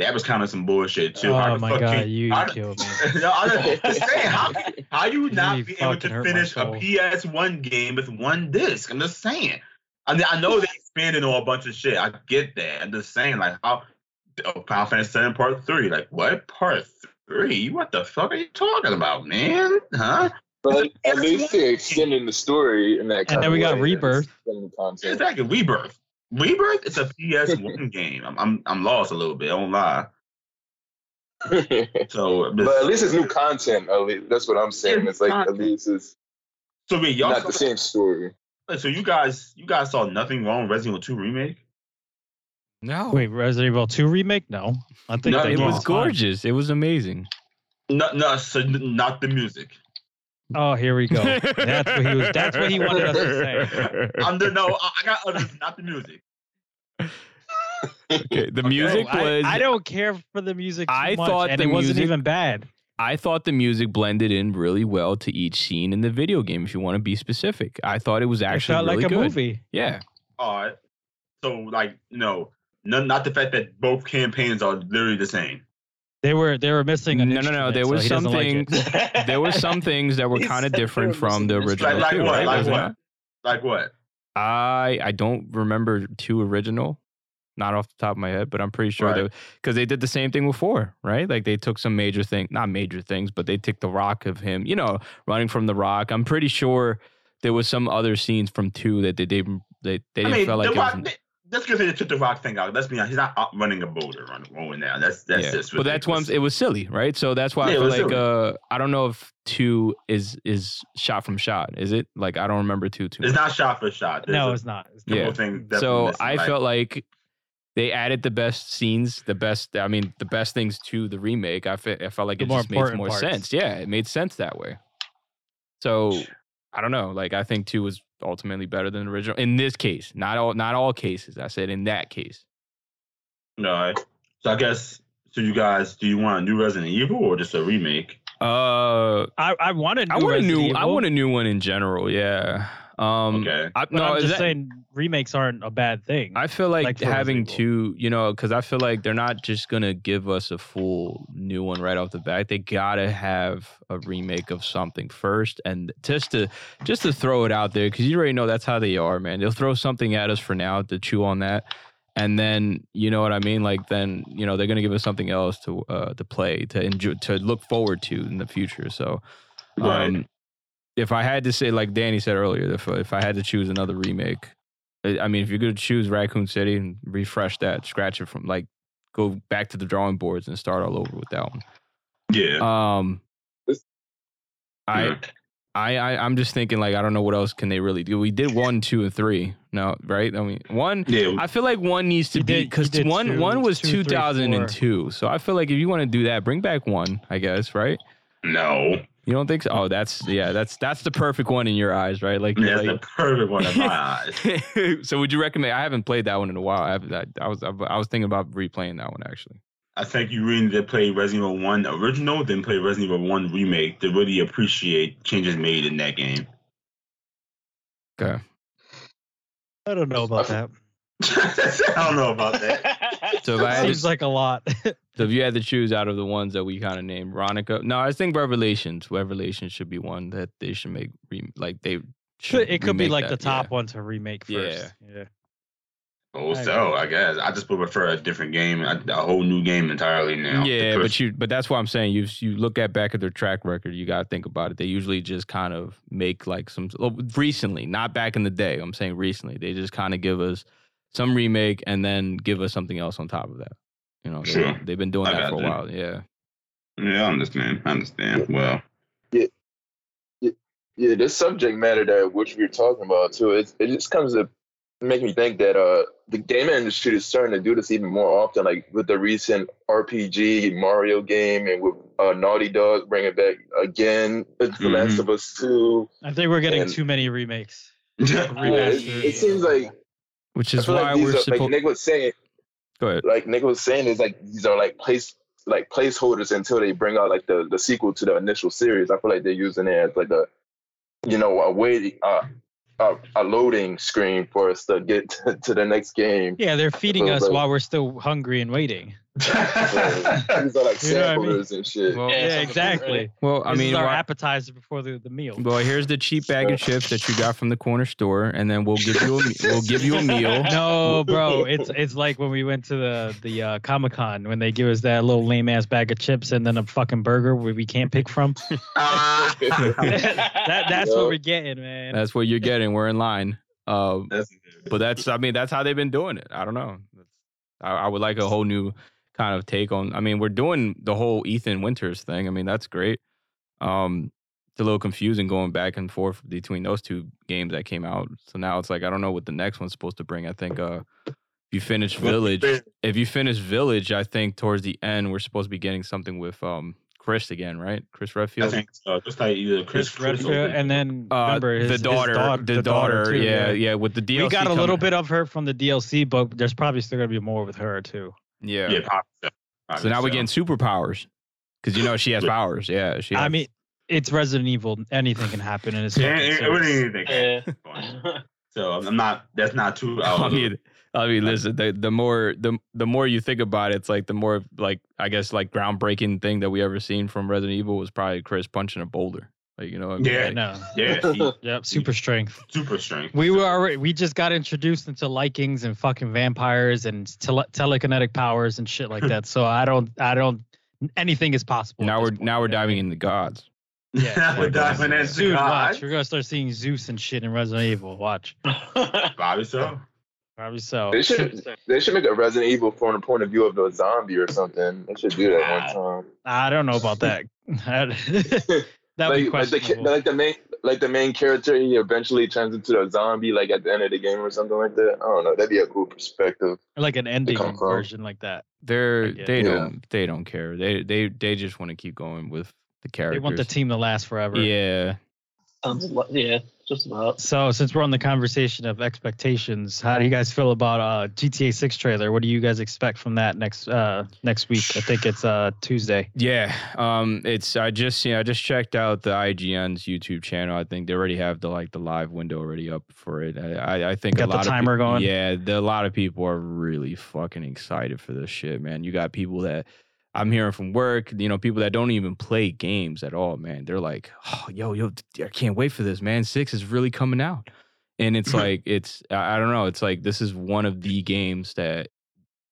that was kind of some bullshit too. How
Oh
the
my
fuck
god,
can-
you
how-
killed me.
no, I'm just saying, how, how you not
You
be able to
fucking hurt my
finish a
soul.
PS1 game with one disc? I'm just saying. I mean, I know they expanded on a bunch of shit. I get that. I'm just saying, like, how oh, Final Fantasy VII Part Three? Like, what Part Three? What the fuck are you talking about, man? Huh?
but at least they're extending the story in that.
And then we got Rebirth.
Exactly.
Exactly. Rebirth. Rebirth is a PS1 game. I'm, I'm I'm lost a little bit. I won't lie.
but
So, I'm just-
at least it's new content. At least. That's what I'm saying. It's like at least it's
so wait, y'all
not the same story.
So you guys, you guys saw nothing wrong with Resident Evil 2 remake?
No,
Wait, Resident Evil 2 remake? No. I think
No,
that
it
game
was
fine.
gorgeous. It was amazing.
No, no. So n- not the music.
Oh, here we go. That's what he was that's what he wanted us to say.
I'm the, no, I I got others. Not the music.
Okay, the
Okay.
music
I,
was.
I
I,
don't care for the music too
I
much,
thought
and
the
it wasn't
music-
even bad.
thought the music blended in really well to each scene in the video game. If you want to be specific, I thought it was actually
it felt
really
like a
good.
movie.
Yeah,
All right. So like, no, no, not the fact that both campaigns are literally the same.
They were they were missing. An
No, no, no,
instrument,
there was
so he doesn't like
something-
it.
there were some things that were
He
kind of
said there
different
was
from the
some instru-
original.
Like- like
too,
what?
right?
Like
Was it
what?
not?
Like what?
I I don't remember two original, not off the top of my head, but I'm pretty sure
Right.
that because they did the same thing before, right? Like they took some major thing, not major things, but they took the rock of him, you know, running from the rock. I'm pretty sure there was some other scenes from two that they didn't they, they
I
didn't
mean,
feel like
the
it
rock.
was.
th- Let's just say they took the rock thing out. Let's be honest. He's not out running a boulder, run- rolling down. That's that's
yeah.
just.
but that's why I'm-
ridiculous.
it was silly, right? So that's
Yeah, it
why I feel
was
like
silly.
uh, I don't know if two is is shot from shot, is it? Like I don't remember two too.
It's
much.
not shot for shot. There's
No,
a
it's not. It's
couple
not.
Yeah.
of things definitely
so
missing,
I
like-
felt like they added the best scenes, the best. I mean, the best things to the remake. I, fe- I felt like
The
it
more
just made
important
more
parts.
sense. Yeah, it made sense that way. So I don't know. Like I think two was ultimately better than the original in this case. Not all, not all cases. I said in that case.
All right. So I guess so. You guys, do you want a new Resident Evil or just a remake?
Uh,
I, I want a new.
I want a
Resident
new.
Evil,
I want a new one in general. Yeah. Um.
okay.
I,
But
no,
I'm
is
just
that-
saying remakes aren't a bad thing.
I feel like,
Like for
having
Resident
two, you know, because I feel like they're not just gonna give us a full new one right off the bat. They gotta have a remake of something first, and just to just to throw it out there, because you already know that's how they are, man. They'll throw something at us for now to chew on that, and then you know what I mean. Like then you know they're gonna give us something else to uh, to play, to enjoy, to look forward to in the future. So, um,
Right.
if I had to say, like Danny said earlier, if uh, if I had to choose another remake. I I mean, if you're gonna choose Raccoon City and refresh that, scratch it from like go back to the drawing boards and start all over with that one.
Yeah.
Um, I, I, I, I'm just thinking like I don't know what else can they really do. We did one, two, and three. No, right? I mean, one.
yeah.
I feel like one needs to
You
be
did- you
because
did
one,
two-
one was
two, three,
2002. so I feel like if you want to do that, bring back one. I guess right.
no.
You don't think so? Oh, that's yeah. That's that's the perfect one in your eyes, right? Like,
That's
like
the perfect one in my eyes.
so would you recommend? I haven't played that one in a while. I, have, I, I was I, was thinking about replaying that one actually.
I think you really need to play Resident Evil 1 original, then play Resident Evil 1 remake to really appreciate changes made in that game.
Okay.
I don't know about that.
I don't know about that.
So if I had
Seems
to,
like a lot.
so if you had to choose out of the ones that we kind of named, Veronica. No, I think Revelations. Revelations should be one that they should make. Re, like they. Should
it could be
remake
like the
that,
top
yeah.
one to remake first. Yeah.
Oh, so I guess I just would prefer a different game, a, a whole new game entirely now.
Yeah,
The
but
first-
you but that's why I'm saying you you look at back at their track record, you gotta think about it. They usually just kind of make like some well, recently, not back in the day. I'm saying recently, they just kind of give us some remake and then give us something else on top of that. You know, they,
Sure.
they've been doing
I
that for a
got you.
while. Yeah,
yeah, I understand. I understand. Well,
Yeah, this subject matter that which we are talking about too, it it just comes to make me think that uh the game industry is starting to do this even more often, like with the recent RPG Mario game and with uh, Naughty Dog bringing back again The Last
Mm-hmm.
of Us Two.
I think we're getting
And-
too many remakes.
Yeah, it,
Remastered.
it seems like
which
I
is
feel
why
like
we're
these are,
supposed.
like Nick was saying,
Go ahead.
like Nick was saying, is like these are like place like placeholders until they bring out like the the sequel to the initial series. I feel like they're using it as like a, you know, a waiting, uh, a, a loading screen for us to get to, to the next game.
Yeah, they're feeding
So,
us
like-
while we're still hungry and waiting.
Like, these are like
You know what I mean?
samplers and shit.
Well,
Yeah,
Yeah,
it's like a food, right?
exactly.
well, I
this is
mean,
our
why-
appetizer before the, the meal.
well, here's the cheap bag of chips that you got from the corner store, and then we'll give you a me- we'll give you a meal.
No, bro, it's it's like when we went to the the uh, Comic Con when they give us that little lame ass bag of chips and then a fucking burger where we can't pick from.
Ah,
that that's
Yup.
what we're getting, man.
That's what you're getting. We're in line. Uh,
that's
but that's I mean that's how they've been doing it. I don't know. That's, I, I would like a whole new kind of take on. I mean we're doing the whole Ethan Winters thing. I mean that's great. Um, it's a little confusing going back and forth between those two games that came out. So now it's like I don't know what the next one's supposed to bring. I think uh, if you finish Village, if you finish Village, I think towards the end we're supposed to be getting something with um Chris again, right? Chris
I
Redfield.
think so. Just like either Chris,
Chris Redfield, and then
Uh,
remember his
the
his
daughter,
daugh-
the, daughter,
too,
yeah, yeah, with the DLC.
we got a little
coming-
bit of her from the DLC, but there's probably still gonna be more with her too.
yeah.
yeah, pop.
So now we're getting superpowers because you know she has
Yeah.
powers. Yeah, she. Has,
I mean, it's Resident Evil. Anything can happen, and it's
Yeah, it, it really anything.
Yeah.
So I'm I'm not. That's not too. uh,
I
out.
mean, I mean, listen. The, the more the the more you think about it, it's like the more like I guess like groundbreaking thing that we ever seen from Resident Evil was probably Chris punching a boulder. Like you know. What I mean?
Yeah.
Like,
no.
yeah, he-
Yep, super strength.
super strength.
We were already. We just got introduced into Likings and fucking vampires and tele- telekinetic powers and shit like that. So I don't. I don't. Anything is possible.
now
at
we're
this point,
now we're
you know what I
diving
mean?
into gods.
Yeah,
we're diving into
Dude,
God.
watch. We're gonna start seeing Zeus and shit in Resident Evil. Watch.
Bobby, so
Probably so.
They should they should make a Resident Evil from the point of view of the zombie or something. They should do that one time.
I don't know about that. that would be
like, like the ki-
questionable.
like the main like the main character he eventually turns into a zombie like at the end of the game or something like that. I don't know. That'd be a cool perspective.
like an ending
come from.
version like that.
They're
get
they
it.
don't they don't care. They they they just want to keep going with the characters.
They want the team to last forever.
Yeah.
Sounds li- Um, yeah, just about.
So since we're on the conversation of expectations, how do you guys feel about uh, GTA 6 trailer? What do you guys expect from that next uh, next week? I think it's uh, Tuesday.
Yeah, um, it's I just you know, I just checked out the IGN's YouTube channel. I think they already have the like the live window already up for it. I I, I think
Got
a
the
lot
timer
of peop-
going?
Yeah, the, a lot of people are really fucking excited for this shit, man. You got people that I'm hearing from work, you know, people that don't even play games at all, man. They're like, oh, yo, yo, I can't wait for this, man. Six is really coming out, and it's like it's I I don't know, it's like this is one of the games that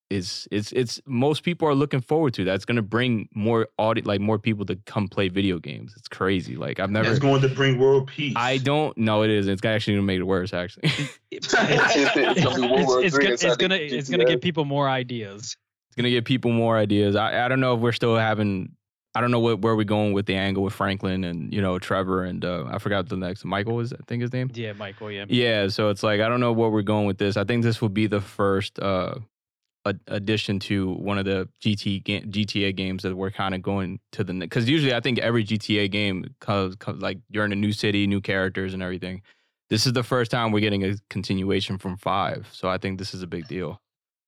is it's it's most people are looking forward to that's going to bring more audit like more people to come play video games it's crazy like i've never
that's going to bring world peace.
i don't know it is it's actually going to make it worse actually it's
It's gonna be World
It's,
War
it's
III
gonna,
inside
it's
the
gonna it's gonna
GTA.
give people more ideas.
going to give people more ideas I, I don't know if we're still having i don't know what where we're going with the angle with franklin and you know trevor and uh, i forgot the next michael is i think his name
Yeah, Michael. Yeah.
yeah so it's like i don't know where we're going with this i think this will be the first uh a- addition to one of the GT ga- GTA games that we're kind of going to the because usually I think every GTA game comes, comes like you're in a new city, new characters and everything. This is the first time we're getting a continuation from five, so I think this is a big deal.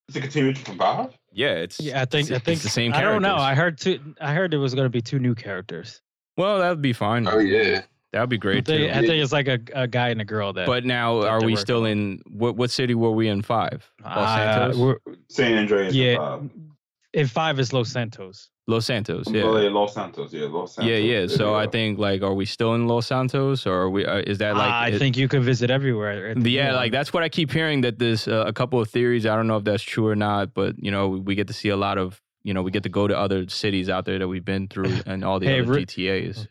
It's a continuation from Bob.
Yeah, it's
Yeah, I think
it's,
I think
it's the same.
I
Characters.
don't know. I heard two. I heard it was gonna be two new characters.
well, that'd be fine.
Oh yeah.
that'd be
I
great too.
think, I think it's like a, a guy and a girl that.
but now,
that
are
they're
we
working
still
on.
in what what city were we in five? Los
uh,
Santos.
we're-
San Andreas. uh,
Yeah.
Yeah. Bob.
in five is Los Santos.
Los Santos.
Yeah.
Yeah.
Los Santos. Yeah, Los Santos.
Yeah, yeah.
There
So
you
I
go.
think like, are we still in Los Santos, or are we? Uh, is that like?
I
it-
think you could visit everywhere. at the
Yeah,
new
like
one.
that's what I keep hearing. That there's uh, a couple of theories. I don't know if that's true or not, but you know, we, we get to see a lot of. You know, we get to go to other cities out there that we've been through, and all the
Hey,
other
Ru-
GTA's.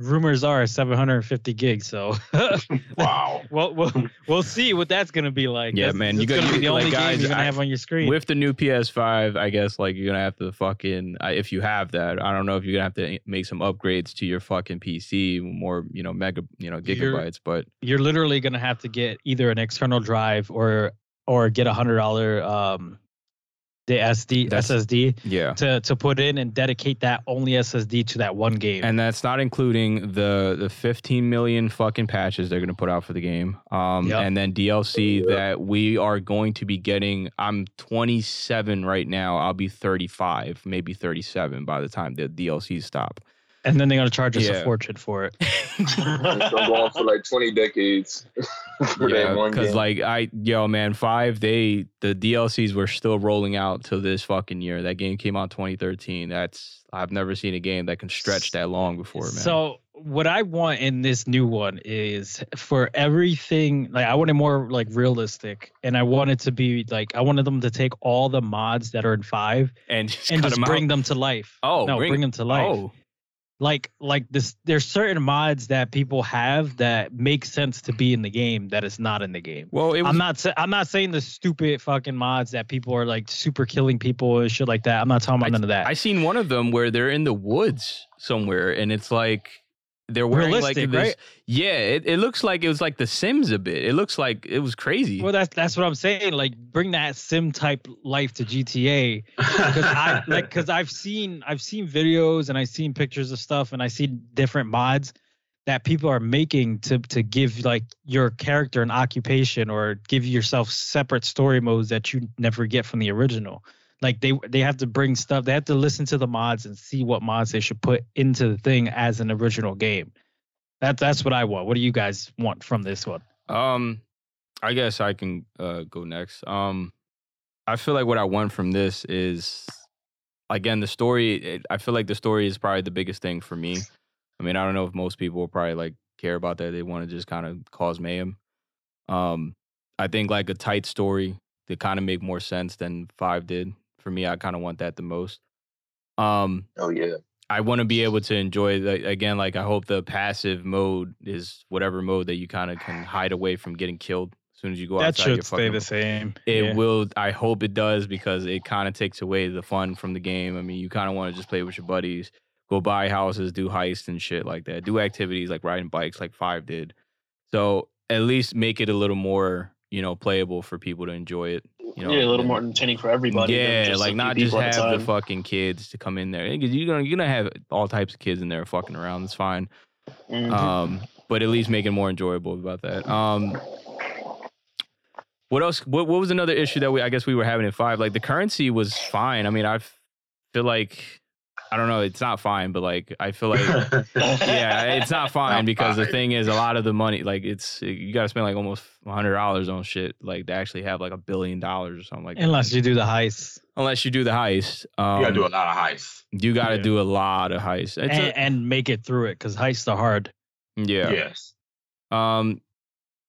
Rumors are 750 gigs. So
Wow.
we'll, we'll we'll see what that's gonna be like.
Yeah,
That's-
man, you
that's
got-
gonna
you-
be the
like,
only
guys,
game you're gonna
I-
have on your screen.
With the new PS5, I guess like you're gonna have to fucking I- if you have that. I don't know if you're gonna have to make some upgrades to your fucking PC, more you know mega you know
You're-
gigabytes. But
you're literally gonna have to get either an external drive or or get a hundred dollar um the SD
That's-
SSD
Yeah.
to to put in and dedicate that only SSD to that one game.
And that's not including the the 15 million fucking patches they're gonna put out for the game, um,
Yep.
and then DLC
Yeah.
that we are going to be getting. I'm 27 right now. I'll be 35, maybe 37 by the time the DLC stop.
And then they're gonna charge us
Yeah.
a fortune for it.
It's been going for like 20 decades for that one
because
game.
like I yo man, five they the DLCs were still rolling out till this fucking year. That game came out 2013. That's I've never seen a game that can stretch that long before, man.
So what I want in this new one is for everything like I want it more like realistic and I want it to be like I wanted them to take all the mods that are in five
and just
and
cut
just
them
bring
out.
them to life.
Oh,
no,
bring-
bring, them to life.
Oh,
Like like this there's certain mods that people have that make sense to be in the game that is not in the game.
well, it was
I'm not. sa- I'm not saying the stupid fucking mods that people are like super killing people and shit like that. I'm not talking about none of that.
I seen one of them where they're in the woods somewhere, and it's like they're wearing like
Realistic,
this.
right?
Yeah, it, it looks like it was like The Sims a bit. It looks like it was crazy.
well, that's that's what I'm saying. Like, bring that sim type life to GTA. Because I like, because I've seen I've seen videos and I've seen pictures of stuff and I see different mods that people are making to to give like your character an occupation or give yourself separate story modes that you never get from the original. Like they they have to bring stuff. They have to listen to the mods and see what mods they should put into the thing as an original game. That that's what I want. What do you guys want from this one?
Um, I guess I can uh, go next. Um, I feel like what I want from this is, again, the story. It, I feel like the story is probably the biggest thing for me. I mean, I don't know if most people will probably like care about that. They want to just kind of cause mayhem. Um, I think like a tight story that kind of make more sense than five did for me. I kind of want that the most. Um,
oh yeah,
I want to be able to enjoy the, again. Like I hope the passive mode is whatever mode that you kind of can hide away from getting killed as soon as you go
that
outside. your
should stay
fucking-
the same.
It
Yeah.
will. I hope it does because it kind of takes away the fun from the game. I mean, you kind of want to just play with your buddies, go buy houses, do heists and shit like that, do activities like riding bikes like Five did. So at least make it a little more you know playable for people to enjoy it. You know,
yeah, a little
than-
more entertaining for everybody. than
yeah,
just a
like
few
not just
people at a
have the
time.
fucking kids to come in there. Because You're gonna you're gonna have all types of kids in there fucking around. It's fine.
Mhm.
Um, but at least make it more enjoyable about that. Um, what else? What what was another issue that we I guess we were having at five? Like the currency was fine. I mean, I feel like I don't know. It's not fine, but like I feel like yeah, it's not fine
Not
because the
fine.
thing is, a lot of the money, like it's you got to spend like almost hundred dollars on shit, like to actually have like a billion dollars or something like. that.
Unless you do the heist.
unless you do the heist, um,
you gotta do a lot of heists.
you gotta
Yeah.
do a lot of heists. It's a-
and, and make it through it because heists are hard.
yeah.
Yes.
Um,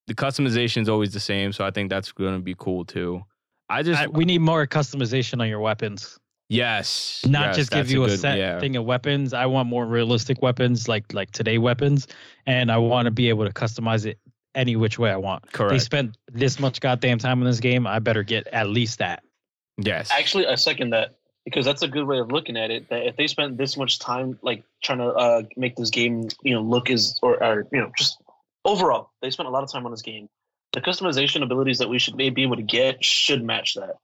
the customization is always the same, so I think that's gonna be cool too. I just
I- we need more customization on your weapons,
yes,
not
yes,
just give
that's
you a,
good-
set
yeah.
thing of weapons. I want more realistic weapons, like like today weapons, and I want to be able to customize it any which way I want. They
Correct.
spent this much goddamn time in this game. I better get at least that.
Yes,
Actually, I second that because that's a good way of looking at it. That if they spent this much time like trying to uh, make this game, you know, look as or, or you know, just overall, they spent a lot of time on this game. The customization abilities that we should may be able to get should match that.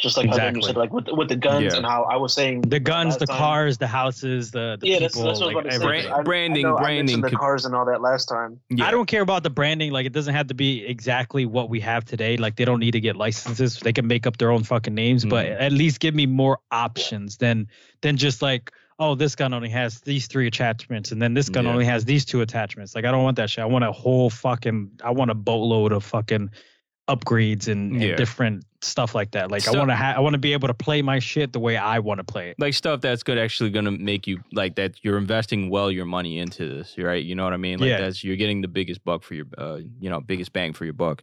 Just like exactly.
Exactly.
said, like with with the guns
Yeah.
and how I was saying
The guns,
last
the
time-
cars, the houses, the, the
yeah, that's,
people.
that's what I was
like,
about to say.
everything.
Brand-
I- I
branding,
know I
branding
mentioned the
could-
cars and all that last time.
yeah.
I don't care about the branding. Like, it doesn't have to be exactly what we have today. Like, they don't need to get licenses. They can make up their own fucking names, but
Mhm.
at least give me more options than than just like, oh, this gun only has these three attachments, and then this gun
Yeah.
only has these two attachments. Like, I don't want that shit. I want a whole fucking. I want a boatload of fucking upgrades and, and
Yeah.
different stuff like that. Like,
So-
I want to. Ha- I want to be able to play my shit the way I want to play it.
like stuff that's good actually going to make you like that you're investing well your money into this right you know what i mean like
Yeah.
that's you're getting the biggest buck for your uh, you know biggest bang for your buck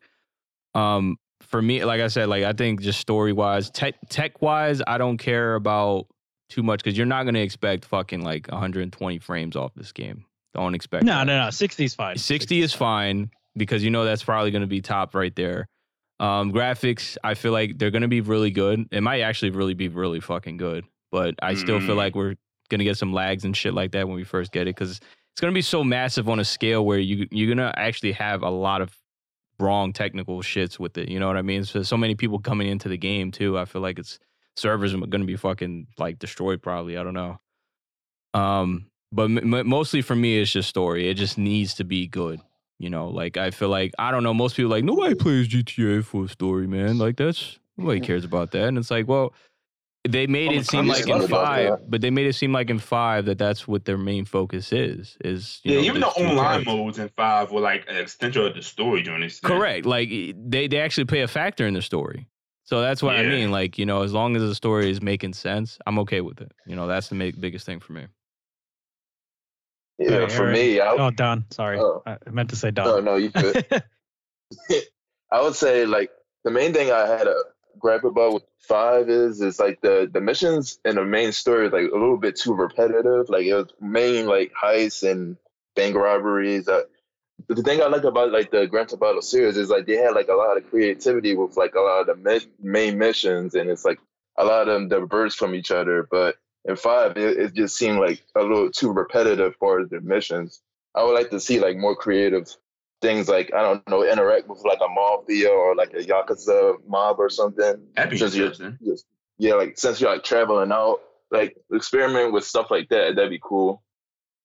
um for me like i said like i think just story wise tech tech wise i don't care about too much because you're not going to expect fucking like 120 frames off this game don't expect
No,
that.
no, no. Sixty's fine.
60 is fine because you know that's probably going to be top right there. Um, graphics, I feel like they're going to be really good. It might actually really be really fucking good, but I still feel
Mm.
like we're going to get some lags and shit like that when we first get it because it's going to be so massive on a scale where you you're going to actually have a lot of wrong technical shits with it. You know what I mean? So so many people coming into the game too. I feel like it's servers are going to be fucking like destroyed probably. I don't know. Um, but m- m- mostly for me, it's just story. It just needs to be good. You know, like I feel like I don't know. Most people like nobody plays GTA for a story, man. Like that's nobody cares about that. And it's like, well, they made
Oh,
it seem
I'm
like in
excited about
five,
that.
but they made it seem like in five that that's what their main focus is. Is you
Yeah,
know,
even the
this two
online
characters.
modes in five were like an extension of the story during this.
Correct. Like e, they they actually play a factor in the story. So that's what I
Yeah.
mean. Like you know, as long as the story is making sense, I'm okay with it. You know, that's the ma- biggest thing for me.
Yeah,
Hey,
for
Eric.
me, I,
Oh, Don. Sorry,
Oh.
I I meant to say
no,
Don.
no, you could. I would say like the main thing I had a gripe about with five is is like the the missions in the main story is like a little bit too repetitive. Like it was main like heists and bank robberies. Uh, but the thing I like about like the Grand Theft Auto series is like they had like a lot of creativity with like a lot of the mi- main missions, and it's like a lot of them diverge from each other. But in five, it, it just seemed like a little too repetitive for the missions. I would like to see like more creative things like I don't know, interact with like a mafia or like a yakuza mob or something.
That'd be
Since you're-
interesting.
Just- yeah, like since you're like traveling out, like experiment with stuff like that. That'd be cool.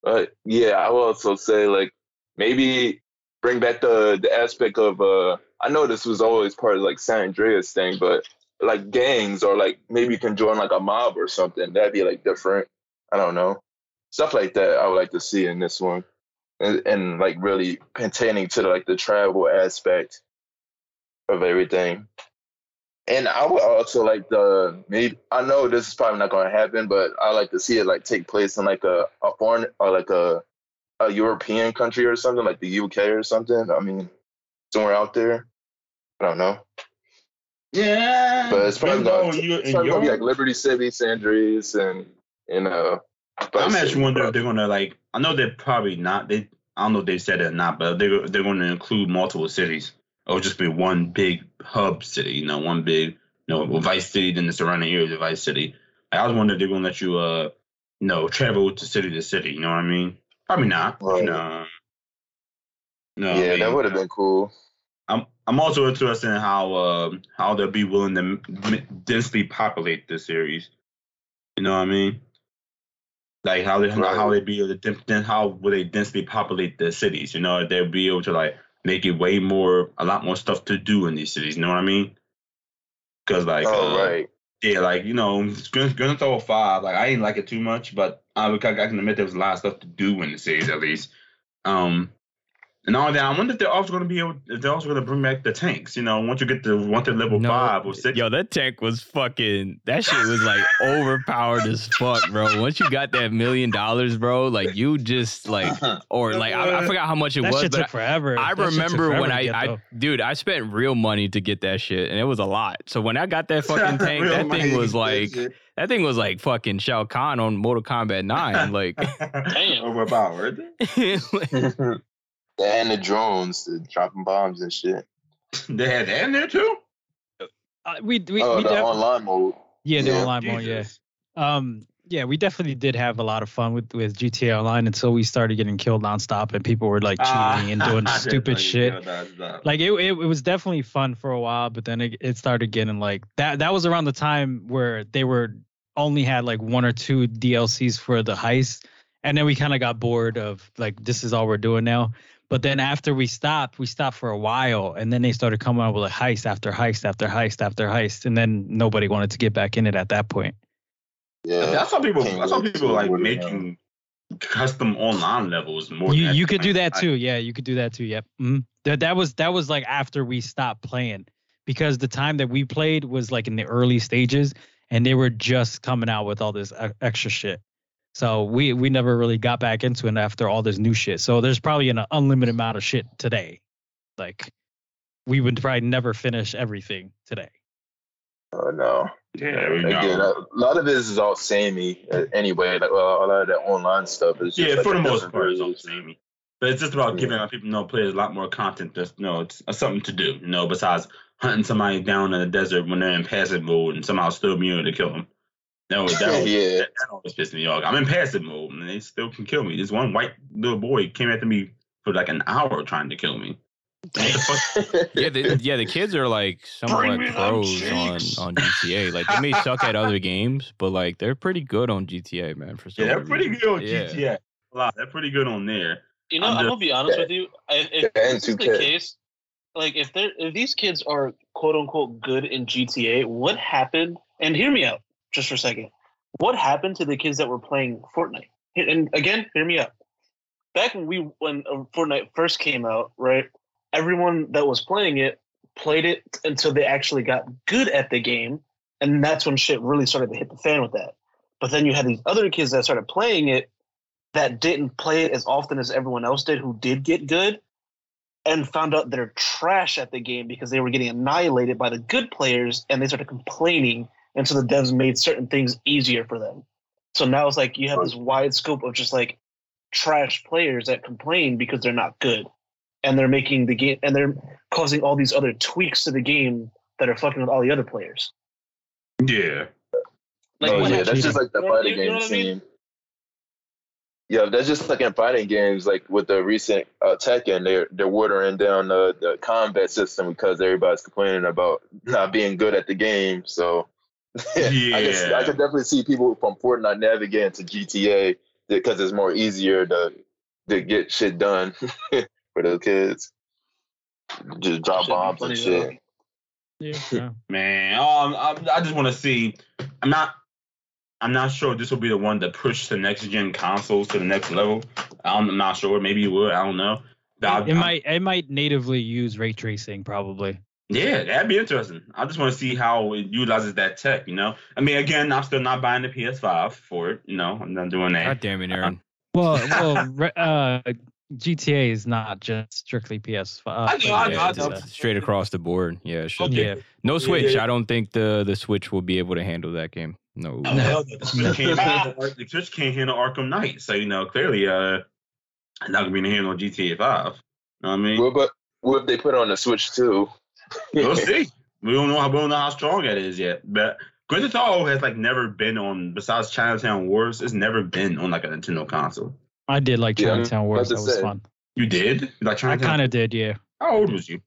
But yeah, I would also say like maybe bring back the the aspect of uh I know this was always part of like San Andreas thing, but like gangs or like maybe you can join like a mob or something. That'd be like different. I don't know. Stuff like that I would like to see in this one. And, and like really pertaining to like the travel aspect of everything. And I would also like the maybe I know this is probably not going to happen, but I like to see it like take place in like a, a foreign or like a a European country or something like the UK or something. I mean, somewhere out there. I don't know,
Yeah,
but it's probably going
you in
to be like
Europe.
Liberty City, San Andreas, and and uh.
I'm
Vice City,
actually wondering if
probably.
they're gonna like. I know they're probably not. They I don't know if they said it or not, but they they're going to include multiple cities. It'll just be one big hub city. You know, one big you know well, Vice City, then the surrounding areas of Vice City. I was wondering if they're gonna let you uh you know travel to city to city. You know what I mean? Probably not.
Right.
No. No. I
Yeah,
mean-
that would have been cool.
I'm I'm also interested in how uh, how they'll be willing to m- m- densely populate this series. You know what I mean? Like how they
Right.
how they be able to dim- then how will they densely populate the cities? You know, they'll be able to like make it way more a lot more stuff to do in these cities. You know what I mean? Because like
oh
uh,
right,
yeah, like you know, Grand Theft Five. Like I didn't like it too much, but I, I can admit there was a lot of stuff to do in the cities at least. Um, and all that. I wonder if they're also going to be able, if they're also going to bring back the tanks. You know, once you get to once they're level
No,
five or six.
Yo, that tank was fucking. That shit was like overpowered as fuck, bro. Once you got that million dollars, bro, like you just like, or like I, I forgot how much it
That
was,
shit
but
took forever.
I
That shit took
remember when
forever to
I,
get,
I
though.
dude, I spent real money to get that shit, and it was a lot. So when I got that fucking tank, that thing was like that thing was like fucking Shao Kahn on Mortal Kombat Nine. Like,
Damn.
overpowered.
and the drones the dropping bombs and shit.
They had that in there too.
Uh, we we,
oh,
we
the
def-
online mode.
yeah, the
yeah,
online one, yeah.
Jesus.
Um, yeah, we definitely did have a lot of fun with with GTA Online until we started getting killed nonstop and people were like cheating
Ah,
and doing
that's
stupid
like,
shit.
yo, that's not-
like it, it, it was definitely fun for a while but then it, it started getting like that that was around the time where they were only had like one or two dlcs for the heist and then we kind of got bored of like this is all we're doing now but then after we stopped we stopped for a while and then they started coming out with like heist after heist after heist after heist and then nobody wanted to get back in it at that point
Yeah.
That's how people.
Can't
That's how
wait
people
to
like
order
making custom online levels more.
you
than
you could do
like,
that too. Yeah, you could do that too. Yep. Mhm. That that was that was like after we stopped playing because the time that we played was like in the early stages and they were just coming out with all this e- extra shit. So we we never really got back into it after all this new shit. So there's probably an unlimited amount of shit today. Like we would probably never finish everything today.
Oh no.
Yeah, we
Again,
know.
a lot of this is all samey uh, anyway. Like, well, a lot of that online stuff is just
Yeah,
like
for
a
the most
different
part, it's all
version.
samey. But it's just about
Yeah.
giving our people, you know, players a lot more content. That's you know, it's it's something to do. You know, besides hunting somebody down in the desert when they're in passive mode and somehow still being able to kill them. That was that, was,
yeah,
that, that always pissed me off. I'm in passive mode and they still can kill me. This one white little boy came after me for like an hour trying to kill me.
yeah, the, yeah, the kids are like somewhat
Bring me them
pros on,
cheeks.
on GTA. Like they may suck at other games, but like they're pretty good on GTA, man. For some
Yeah, they're pretty
reason.
good on
Yeah.
GTA. A lot. They're pretty good on there.
You know,
I'm
I'm, gonna be honest with you. I- If, if
Yeah, and
this is the
2K.
case, like if they're if these kids are quote unquote good in GTA, what happened? And hear me out just for a second. What happened to the kids that were playing Fortnite? And again, hear me out. Back when we when uh, Fortnite first came out, right? Everyone that was playing it played it until they actually got good at the game, and that's when shit really started to hit the fan with that. But then you had these other kids that started playing it that didn't play it as often as everyone else did who did get good and found out they're trash at the game because they were getting annihilated by the good players and they started complaining and so the devs made certain things easier for them so now it's like you have this wide scope of just like trash players that complain because they're not good and they're making the game and they're causing all these other tweaks to the game that are fucking with all the other players
Yeah.
like
oh
what
yeah,
happened?
that's just like the
You know-
fighting
you know
game
what I mean?
scene. Yeah, that's just like in fighting games, like with the recent uh, Tekken, they're they're watering down the, the combat system because everybody's complaining about not being good at the game. So I, can,
Yeah.
I can definitely see people from Fortnite navigating to GTA because it's more easier to to get shit done for those kids. Just
That
drop
shit be
bombs
funny
and
though.
shit.
Yeah, yeah.
Man, oh, I'm, i I just want to see. I'm not. I'm not sure if this will be the one to push the next gen consoles to the next level. I'm not sure. Maybe it will. I don't know. But I-
It, it
I-
might it might natively use ray tracing probably.
Yeah, that'd be interesting. I just want to see how it utilizes that tech. You know, I mean, again, I'm still not buying the PS5 for it. You know, I'm not doing
God
that.
damn it, Aaron.
Well, well, re- uh, GTA is not just strictly PS5. Uh,
I know, I
Yeah,
know,
it's
I know.
just straight across the board. Yeah, it should be.
Yeah,
No Switch.
yeah.
I don't think the the Switch will be able to handle that game. No.
Oh, hell no. The Switch can't handle Ar- the Switch can't handle Arkham Knight, so you know clearly, uh, it's not gonna be able to handle GTA Five. You know what I mean,
What, but what if they put on the Switch too?
we'll see. We don't know how we don't know how strong that is yet. But Grand Theft Auto has like never been on besides Chinatown Wars. It's never been on like a Nintendo console.
I did like
Yeah,
Chinatown Wars.
to
That was
say.
fun.
You did? You Like
I
Chinatown?
kind of did. Yeah,
how old was you?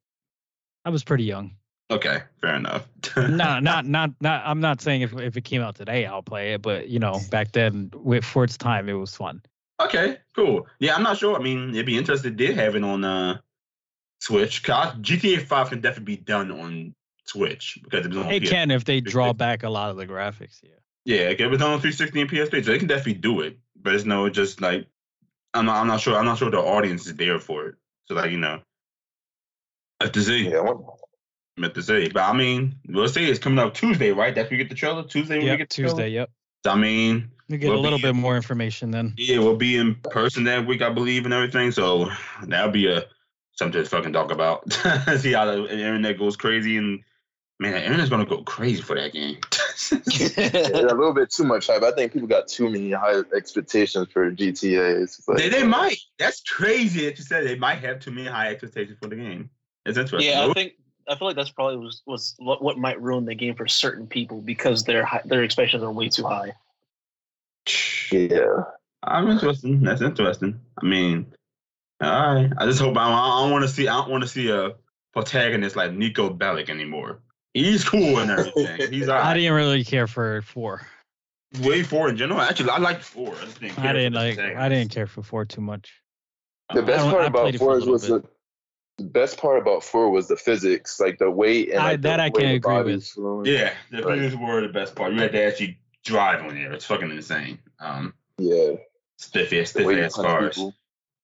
I was pretty young.
Okay, fair enough.
no, not not not. I'm not saying if if it came out today, I'll play it. But you know, back then, with, for its time, it was fun.
Okay, cool. Yeah, I'm not sure. I mean, it'd be interesting. Did have it on uh, Switch? 'Cause GTA Five can definitely be done on Switch because it was on.
It
PS-
can if they draw back a lot of the graphics. Yeah.
Yeah, it was on 360 and PS3, so they can definitely do it. But it's no, just like I'm not. I'm not sure. I'm not sure the audience is there for it. So like you know, have to see.
Yeah, I wonder-
Have to see. But I mean, we'll see. It's coming up Tuesday, right? That's when we get the trailer. Tuesday. when we
Yep,
get the
Tuesday.
trailer?
Yep.
So, I mean,
We get
We'll
a little
be-
bit more information then.
Yeah, we'll be in person that week, I believe, and everything. So that'll be a something to fucking talk about. See how the internet goes crazy, and man, the internet's gonna go crazy for that game.
Yeah, a little bit too much hype. I think people got too many high expectations for GTA. It's just like,
they, they might. That's crazy that you said they might have too many high expectations for the game. It's interesting.
Yeah, I think I feel like that's probably was, was what, what might ruin the game for certain people because their hi- their expectations are way too high.
Yeah,
I'm interesting. That's interesting. I mean, all right. I just hope I, I don't want to see. I don't want to see a protagonist like Nico Bellic anymore. He's cool and everything. He's all
I
right.
didn't really care for four.
Way four in general. Actually, I liked four. I, just didn't care
I
for
didn't
the
like.
second.
I didn't care for four too much.
the best
I
part about
played it for a
four is
little
was the,
bit.
the best part about four was the physics, like the weight and
I-
like, the
that I
way
can
the
agree
body's
with.
flowing.
Yeah, the
Right.
previous were the best part. You had to actually drive on there. It's fucking insane. Um,
yeah,
stiff ass,
the
stiff
way you
ass
punch
cars.
people.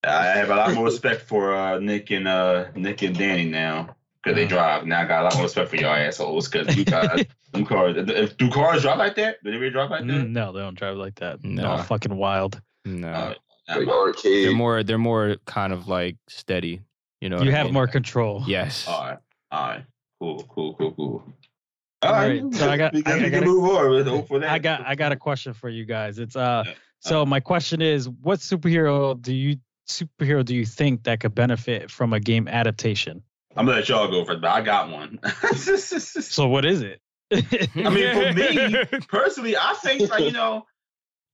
I have a lot more respect for uh, Nick and uh, Nick and Danny now because they
Yeah.
drive. Now I got a lot more respect for y'all assholes because you guys, them cars, if- if do cars drive like that? Do they really drive like that?
Mm, No, they don't drive like that.
Nah.
No, fucking wild.
No.
Uh,
Like
all
they're
arcade.
more they're more kind of like steady. You know. what
You
I
have
mean?
more control.
Yes.
right, all right, cool, cool, cool, cool.
All right, so I got-
we
I-
can,
I
we can
gotta-
move on. Let's hope for that.
I got I got a question for you guys. It's uh
Yeah.
so my question is what superhero do you superhero do you think that could benefit from a game adaptation?
I'm gonna let y'all go first, but I got one.
So what is it?
I mean, for me- personally, I think like you know,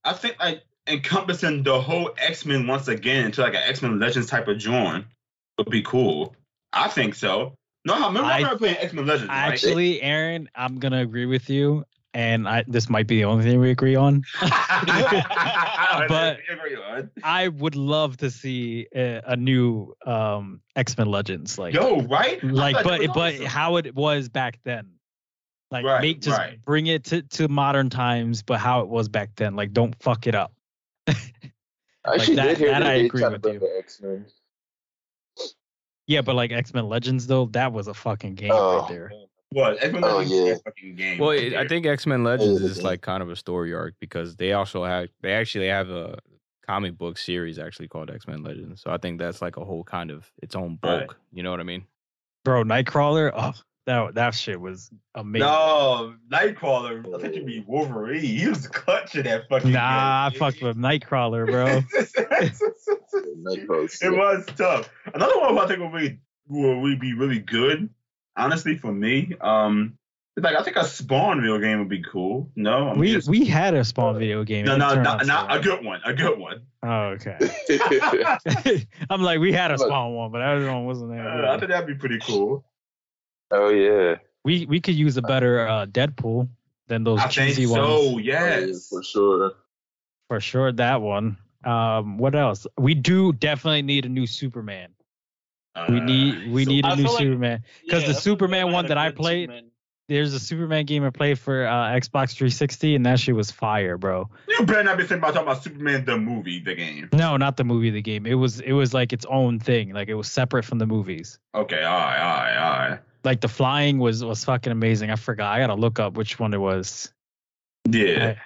I think like encompassing the whole X Men once again into like an X Men Legends type of joint would be cool. I think so. No, I remember, I,
I-
remember playing X Men Legends. right?
Actually, Aaron, I'm gonna agree with you, and I this might be the only thing we agree on. But-
I agree on.
I would love to see a, a new um, X Men Legends, like
Yo, right? I
like,
thought
but
that was
but
awesome.
how it was back then. Like,
Right,
make just
right.
bring it to, to modern times, but how it was back then. Like, don't fuck it up.
I actually
that-
did hear
that
that
I
they
agree
trying to
with
bring
you.
the X Men.
Yeah, but like X Men Legends though, that was a fucking game
Oh.
right there.
what X Men
Oh,
Legends
yeah.
is a fucking game.
Well,
right
it, I
there.
think X Men Legends
Yeah,
is
Oh.
yeah.
like kind of a story arc because they also have they actually have a comic book series actually called X Men Legends. So I think that's like a whole kind of its own
Right.
bulk. You know what I mean?
Bro, Nightcrawler, oh that that shit was amazing.
No, Nightcrawler. I think you mean Wolverine. He was clutch in that fucking.
nah, I
game.
fucked with Nightcrawler, bro.
Nightcrawler.
it was tough. Another one who I think would be would really be really good, honestly, for me. Um, it's like I think a Spawn video game would be cool. No, I'm
we
just,
we had a Spawn video game.
no,
It
no,
turned
not,
out
not
so
a good one. A good one.
well. Oh,
Uh,
okay. I'm like, we had a
Look.
Spawn one, but that one wasn't there.
Uh, I think that'd be pretty cool.
oh yeah.
we we could use a better uh, Deadpool than those
I think
cheesy ones.
so. Yes.
for sure.
For sure, that one. Um, what else? We do definitely need a new Superman. We
Uh,
need we need
I
a new
feel like-
Superman. 'Cause the
that's what
Superman
Batman
one
had a
that I
good
played-
Superman.
There's a Superman game I played for uh, Xbox 360, and that shit was fire, bro.
You better not be thinking about talking about Superman the movie, the game.
No, not the movie, the game. It was it was like its own thing. Like it was separate from the movies.
Okay, all right, all right, all right.
Like the flying was was fucking amazing. I forgot. I gotta look up which one it was.
Yeah,
I-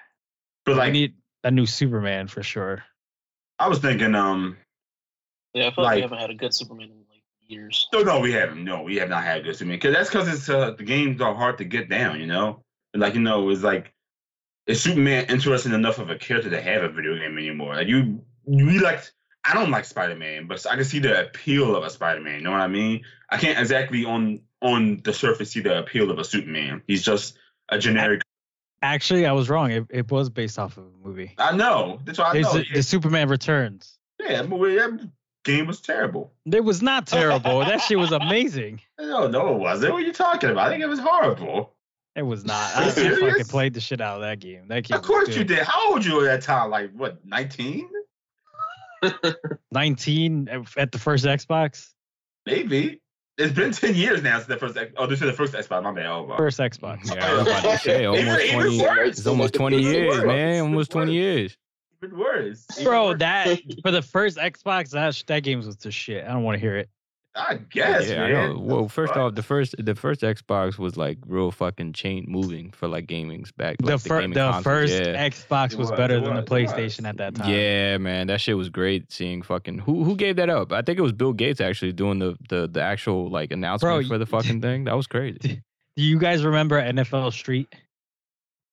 but
we
like
need a new Superman for sure.
I was thinking, um,
Yeah, I feel like,
Like-
we haven't had a good Superman in like years.
No, no, we haven't. No, we have not had good Superman because that's because it's uh, the games are hard to get down. You know, like you know, it's like is Superman interesting enough of a character to have a video game anymore? Like you, you like. I don't like Spider Man, but I can see the appeal of a Spider Man. You know what I mean? I can't exactly on on the surface see the appeal of a Superman. He's just a generic.
Actually, I was wrong. It, it was based off of a movie.
I, know. That's why I
There's
know.
the, the Superman Returns.
yeah, that movie- that game was terrible.
It was not terrible. that shit was amazing.
No, no, it wasn't. What are you talking about? I think it was horrible.
It was not.
Are
I, I
you
fucking
serious?
played the shit out of that game. That game.
Of
was
course
good.
you did. How old you were at that time? Like what, nineteen?
19 at- at the first Xbox.
Maybe. It's been ten years now since the first. X- Oh, this is the first Xbox. My bad. Oh, wow.
First Xbox.
Yeah, I was about to say
Even-
almost
even
twenty.
worse.
It's almost twenty years, man. Almost twenty years.
Even worse. Even
Bro,
worse.
that for the first Xbox, that sh- that game was the shit. I don't want to hear it.
I guess.
yeah, I
man.
know. Well, first
Fuck.
off, the first the first Xbox was like real fucking chain moving for like gaming's back.
The,
like,
fir- the,
gaming consoles,
first
yeah.
Xbox
It
was,
was,
better
it
than the
was, it was.
PlayStation at that time.
Yeah, man, that shit was great. Seeing fucking who who gave that up? I think it was Bill Gates actually doing the the, the actual like announcement
you-
for the fucking thing. That was crazy.
Do you guys remember NFL Street?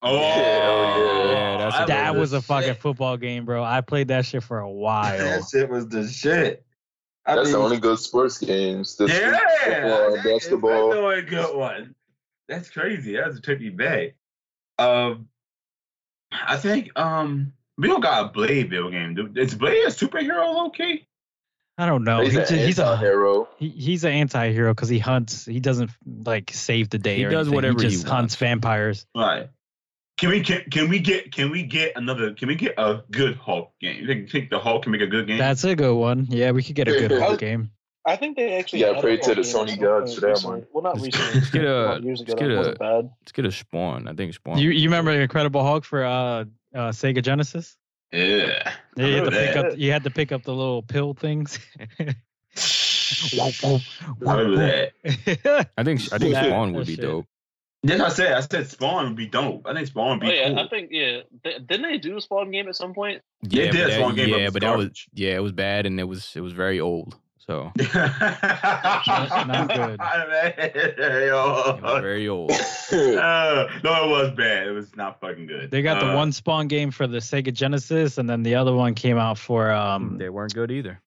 Oh,
Yeah,
yeah, that's
I
a-
That
remember
was a
this
fucking
shit.
football game, bro. I played that shit for a while.
That shit was the shit. I
That's the
mean,
only good sports games. The
Yeah,
football,
that is
basketball.
another good one. That's crazy. That's a took me back. Um, I think um we don't got a Blade video game. dude. Is Blade a superhero, low key?
I don't know.
he's,
He
an
ju- he's a
hero.
he, he's an anti-hero because he hunts. He doesn't like save the day.
He
or
does
anything.
whatever
He
he
just hunts
wants.
vampires.
Right. Can we can, can we get can we get another can we get a good Hulk game? You think, think the Hulk can make a good game?
That's a good one. Yeah, we could get a good
Yeah.
Hulk game.
I think they actually.
Yeah,
had
pray
a
to the
game
Sony
at some
gods
point
for that
recently.
one.
Well, not
Let's-
recently.
let's get a-
couple years ago.
let's get
that
a-
wasn't bad.
Let's get a Spawn. I think Spawn.
You you remember Incredible Hulk for uh, uh Sega Genesis?
yeah.
Yeah, You had, to
remember
pick
that.
up, you had to pick up the little pill things.
I remember that.
I think I think
That-
Spawn would
that
be
shit.
dope.
That's what I said. I said Spawn would be dope. I think Spawn would be
Oh, yeah,
cool.
I think yeah. They, didn't they do a Spawn game at some point?
Yeah,
did
but
a Spawn
that,
game, but it
yeah,
was
but that was
garbage.
yeah, it was bad and it was it was very old. So
Not good.
it was very old.
Uh, no, it was bad. It was not fucking good.
they got the
Uh,
one Spawn game for the Sega Genesis, and then the other one came out for um.
they weren't good either.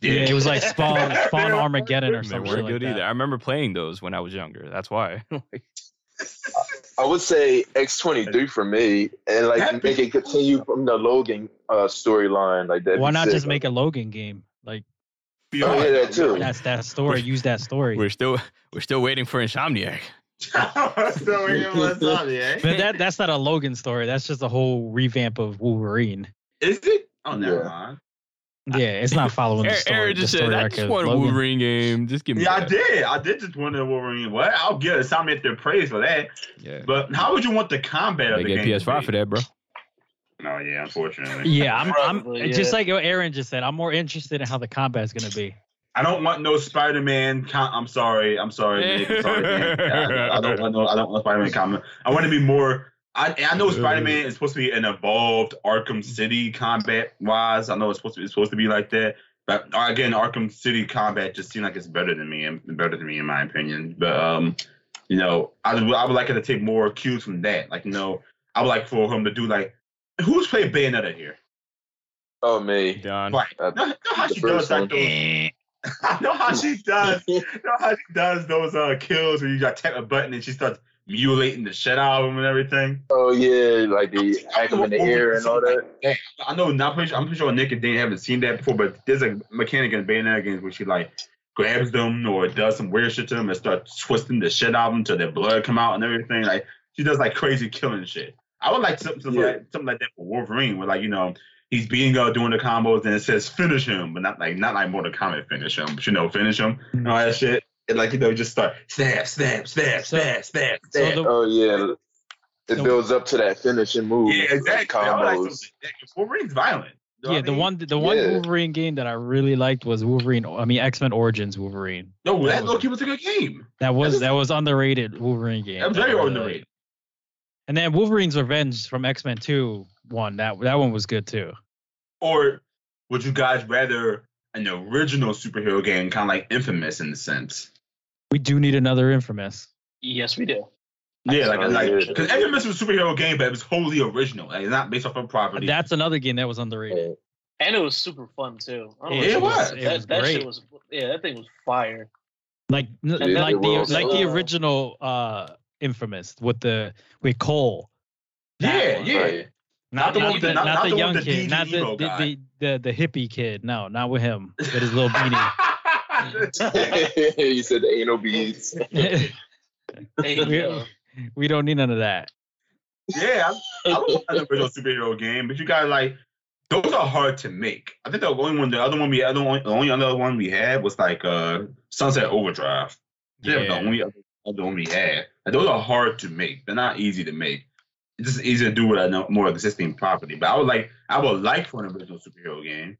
Yeah, it was like Spawn Spawn Armageddon or
They
something.
weren't
like
good
that.
either. I remember playing those when I was younger. That's why.
I would say X twenty three for me, and like
Happy-
make it continue from the Logan uh, storyline. Like that.
Why not just make a Logan game? Like
Be
Oh, yeah, that too.
That's that story. Use that story.
We're still we're still waiting for Insomniac.
so we give him Insomnia, eh?
But that that's not a Logan story. That's just a whole revamp of Wolverine.
Is it? Oh, never
Yeah.
mind.
Yeah, it's not following the
Eric,
story.
Eric just
the story
said, "I
arc
just
of
want a
Logan."
Wolverine game. Just give me."
Yeah, I
that."
did. I did just wonder what we're in. What? I'll give Insomnia their praise for that.
Yeah,
But how would you want the combat
they
of the
get
game? to
PS5
be?
for that, bro.
No, yeah, unfortunately.
Yeah, I'm,
Probably,
I'm
yeah.
just like what Aaron just said. I'm more interested in how the combat's gonna be.
I don't want no Spider-Man. Com- I'm sorry. I'm sorry. Nick. I'm sorry Dan. I, I don't want no. I don't want Spider-Man comment. I want to be more. I, I know Spider-Man is supposed to be an evolved Arkham City combat wise. I know it's supposed to be, it's supposed to be like that. But uh, again, Arkham City combat just seemed like it's better than me and better than me in my opinion. But um, you know, I would I would like it to take more cues from that. Like you know, I would like for him to do like who's played Bayonetta here.
Oh me.
Done.
Like, know,
Uh,
know how
the
she does
first
like
one.
those I know how she
Uh,
does. I know how she does those uh kills where you got tap a button and she starts mutilating the shit out of him and everything.
Oh yeah, like the hack him in the ear and all that.
I know. Not pretty, I'm pretty sure Nick and Dan haven't seen that before, but there's a mechanic in Bayonetta games where she like grabs them or does some weird shit to them and starts twisting the shit out of them till their blood come out and everything. Like she does like crazy killing shit. I would like something, something
Yeah.
like something like that for Wolverine, where like you know. He's beating up, doing the combos, and it says finish him, but not like not like Mortal Kombat finish him, but you know finish him. and all that shit. And like you know, you just start snap, snap, snap,
So-
snap, snap,
so
snap.
the-
Oh yeah. It
So-
builds up to that finishing move.
yeah, exactly.
Like
I like
combos.
something- yeah, Wolverine's violent. You know
Yeah,
what I
the
mean?
one the one
Yeah.
Wolverine game that I really liked was Wolverine. I mean X Men Origins Wolverine.
No, that low key was a good game.
That was
was-
that was underrated Wolverine game.
That was
that I
very
really
underrated.
liked. And then Wolverine's Revenge from X Men Two one that that one was good too.
Or would you guys rather an original superhero game, kind of like Infamous in the sense?
We do need another Infamous.
Yes, we do.
Yeah, like
Oh,
like
yeah.
because Infamous was a superhero game, but it was wholly original. Like, it's not based off of property.
That's another game that was underrated.
And it was super fun too. I
Yeah,
it
what-
was.
It
That,
was
that
great.
shit was yeah, that thing was fire.
Like n-
And
like
then-
the like the
Uh,
original uh Infamous with the with Cole.
yeah,
That one.
yeah.
Right.
Not the one with the- not- not the one
young
with the
kid, not the
DD
the,
guy.
the the the hippie kid. No, not with him. With his little beanie.
you said the anal beads.
Hey,
We-
yo.
we don't need none of that.
yeah, I, I love an original superhero game, but you got to like those are hard to make. I think the only one, the other one we, other one, the only other one we had was like uh Sunset Overdrive. Yeah, that was the
Yeah.
only other, other one we had. Like, those are hard to make. They're not easy to make. It's just easy to do with a no- more existing property. But I would like, I would like for an original superhero game.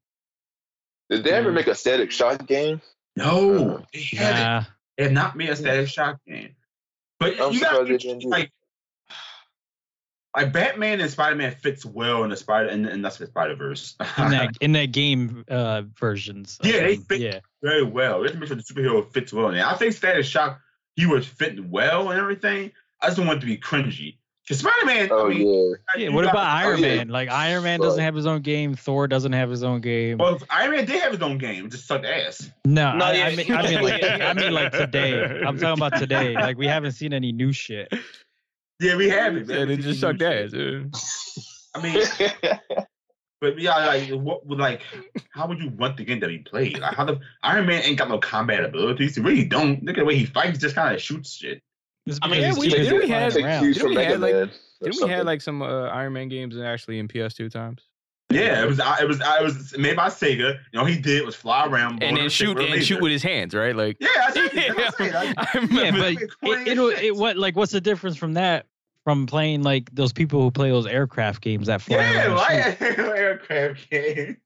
Did they
Mm.
ever make a static shock game?
No, they haven't.
Nah.
They have not made a static shock game. But
I'm
you got
surprised they didn't do it.
like, like Batman and Spider Man fits well in the Spider and, and that's the Spider Verse.
in that in that game uh versions. of
Yeah, they
them.
fit-
yeah.
very well. Let's make sure the superhero fits well. And I think Static Shock, he was fitting well and everything. I just don't want it to be cringy. Cause Spider Man,
Oh
I mean,
yeah.
Yeah,
you
what
got- Oh,
about Iron
yeah.
Man? Like Iron Man doesn't
Right.
have his own game. Thor doesn't have his own game.
Well, Iron Man did have his own game, it just sucked ass.
no,
No,
I,
yeah.
I mean, I mean like I mean like today. I'm talking about today. Like we haven't seen any new shit.
Yeah, we have it.
Yeah,
man.
they
We
just
see new
sucked
shit.
ass. dude.
I mean, but yeah, like what would like how would you want the game to be played? Like how the Iron Man ain't got no combat abilities. He really don't. Look at the way he fights, just kind of shoots shit.
It's
I mean,
because
yeah,
it's
we-
because
didn't
it's
we
flying
have-
Take
around.
cues
Didn't
from
we
Mega
have, like-
Man. or
Didn't we
something.
have like some uh, Iron Man games and actually in PS2 times?
Yeah, it was it was it was made by Sega. You know, he did was fly around blow
And then
them shit
shoot
with a
and shoot
laser.
with his hands, right? Like
Yeah, that's what I'm saying. Like,
I
Yeah,
remember.
but
It's
it,
corny as
it'll-
shit.
it what like what's the difference from that from playing like those people who play those aircraft games that fly around
Yeah,
and shoot?
like aircraft game.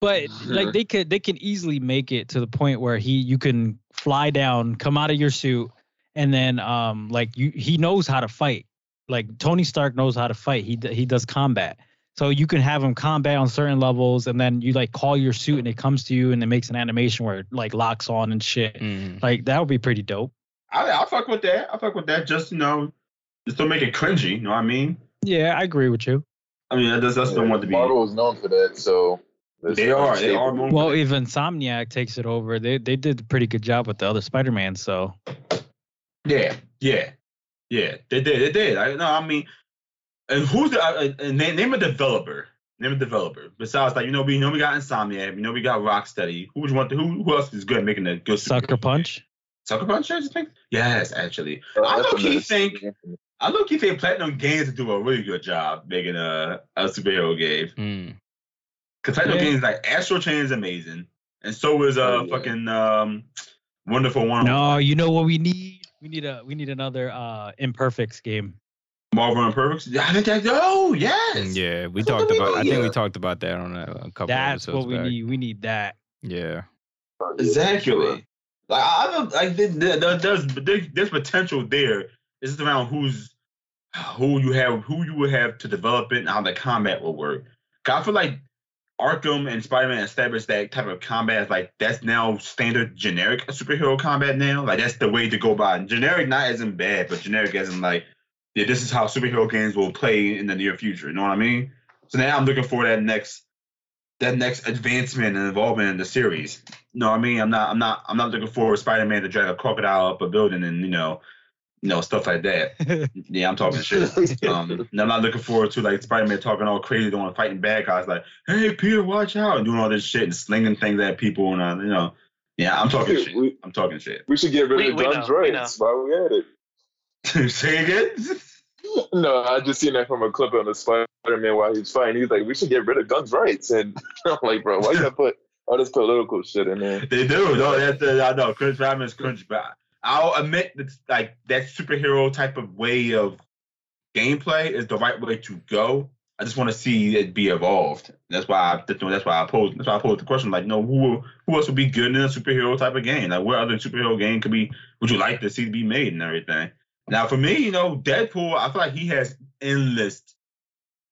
But
Mhm.
like they could they can easily make it to the point where he you can fly down, come out of your suit, and then um like you he knows how to fight. Like Tony Stark knows how to fight. He d- he does combat. So you can have him combat on certain levels, and then you like call your suit, and it comes to you, and it makes an animation where it like locks on and shit.
Mm.
Like that would be pretty dope.
I I fuck with that. I fuck with that. Just you know, just don't make it cringy. You know what I mean?
Yeah, I agree with you.
I mean, that's that's the
Yeah,
one to be.
Marvel is known for that, so it's
They are. They are.
unstable.
more-
Well, if Insomniac takes it over, they they did a pretty good job with the other Spider-Man. So
yeah, yeah, yeah. They did. They did. I no. I mean, and who's the uh, uh, name, name a developer Name a developer. Besides, like you know, we you know we got Insomniac, you know we got Rocksteady. Who would you want? To, who who else is good at making a good
Sucker Punch.
Sucker Punch, I just think. Yes, actually, I low key think I low key think Platinum Games do a really good job making a a superhero game.
Mm.
Cause Platinum
Yeah.
Games like Astro Chain is amazing, and so is uh
Oh, yeah.
fucking um Wonderful One.
No, you know what we need? We need a we need another uh imperfects game.
Marvel and Perfect. Yeah, I think that. Oh yes.
Yeah, we
That's what
talked
we
about.
do,
I think
yeah.
we talked about that on a, a couple.
That's
episodes
what we
back.
need. We need that.
Yeah,
Exactly. Like I I don't like th- th- th- there's there- there's potential there. It's just around who's who you have who you would have to develop it and how the combat will work. 'Cause I feel like Arkham and Spider Man established that type of combat. Like that's now standard generic superhero combat now. Like that's the way to go by. Generic not as in bad, but generic as in like yeah, this is how superhero games will play in the near future. You know what I mean? So now I'm looking for that next that next advancement and involvement in the series. No, I mean I'm not I'm not I'm not looking for Spider Man to drag a crocodile up a building and you know you know stuff like that. Yeah, I'm talking shit. Um, and I'm not looking forward to like Spider Man talking all crazy, doing fighting bad guys like, "Hey Peter, watch out!" and doing all this shit and slinging things at people and uh, you know, yeah, I'm talking shit.
we,
I'm talking shit.
we should get rid
We-
of
we
guns
know, we
rights while we at it.
Say again.
No, I just seen that from a clip on the Spider Man while he's fighting. He's like, we should get rid of guns rights. And I'm like, bro, why you gotta put all this political shit in there?
They do. No, that's uh, I know. Chris Batman is cringe, but I'll admit that like that superhero type of way of gameplay is the right way to go. I just want to see it be evolved. That's why I that's why- that's why I posed that's why I posed the question like, no, who who else would be good in a superhero type of game? Like, what other superhero game could be? Would you like to see be made and everything? Now, for me, you know, Deadpool, I feel like he has endless,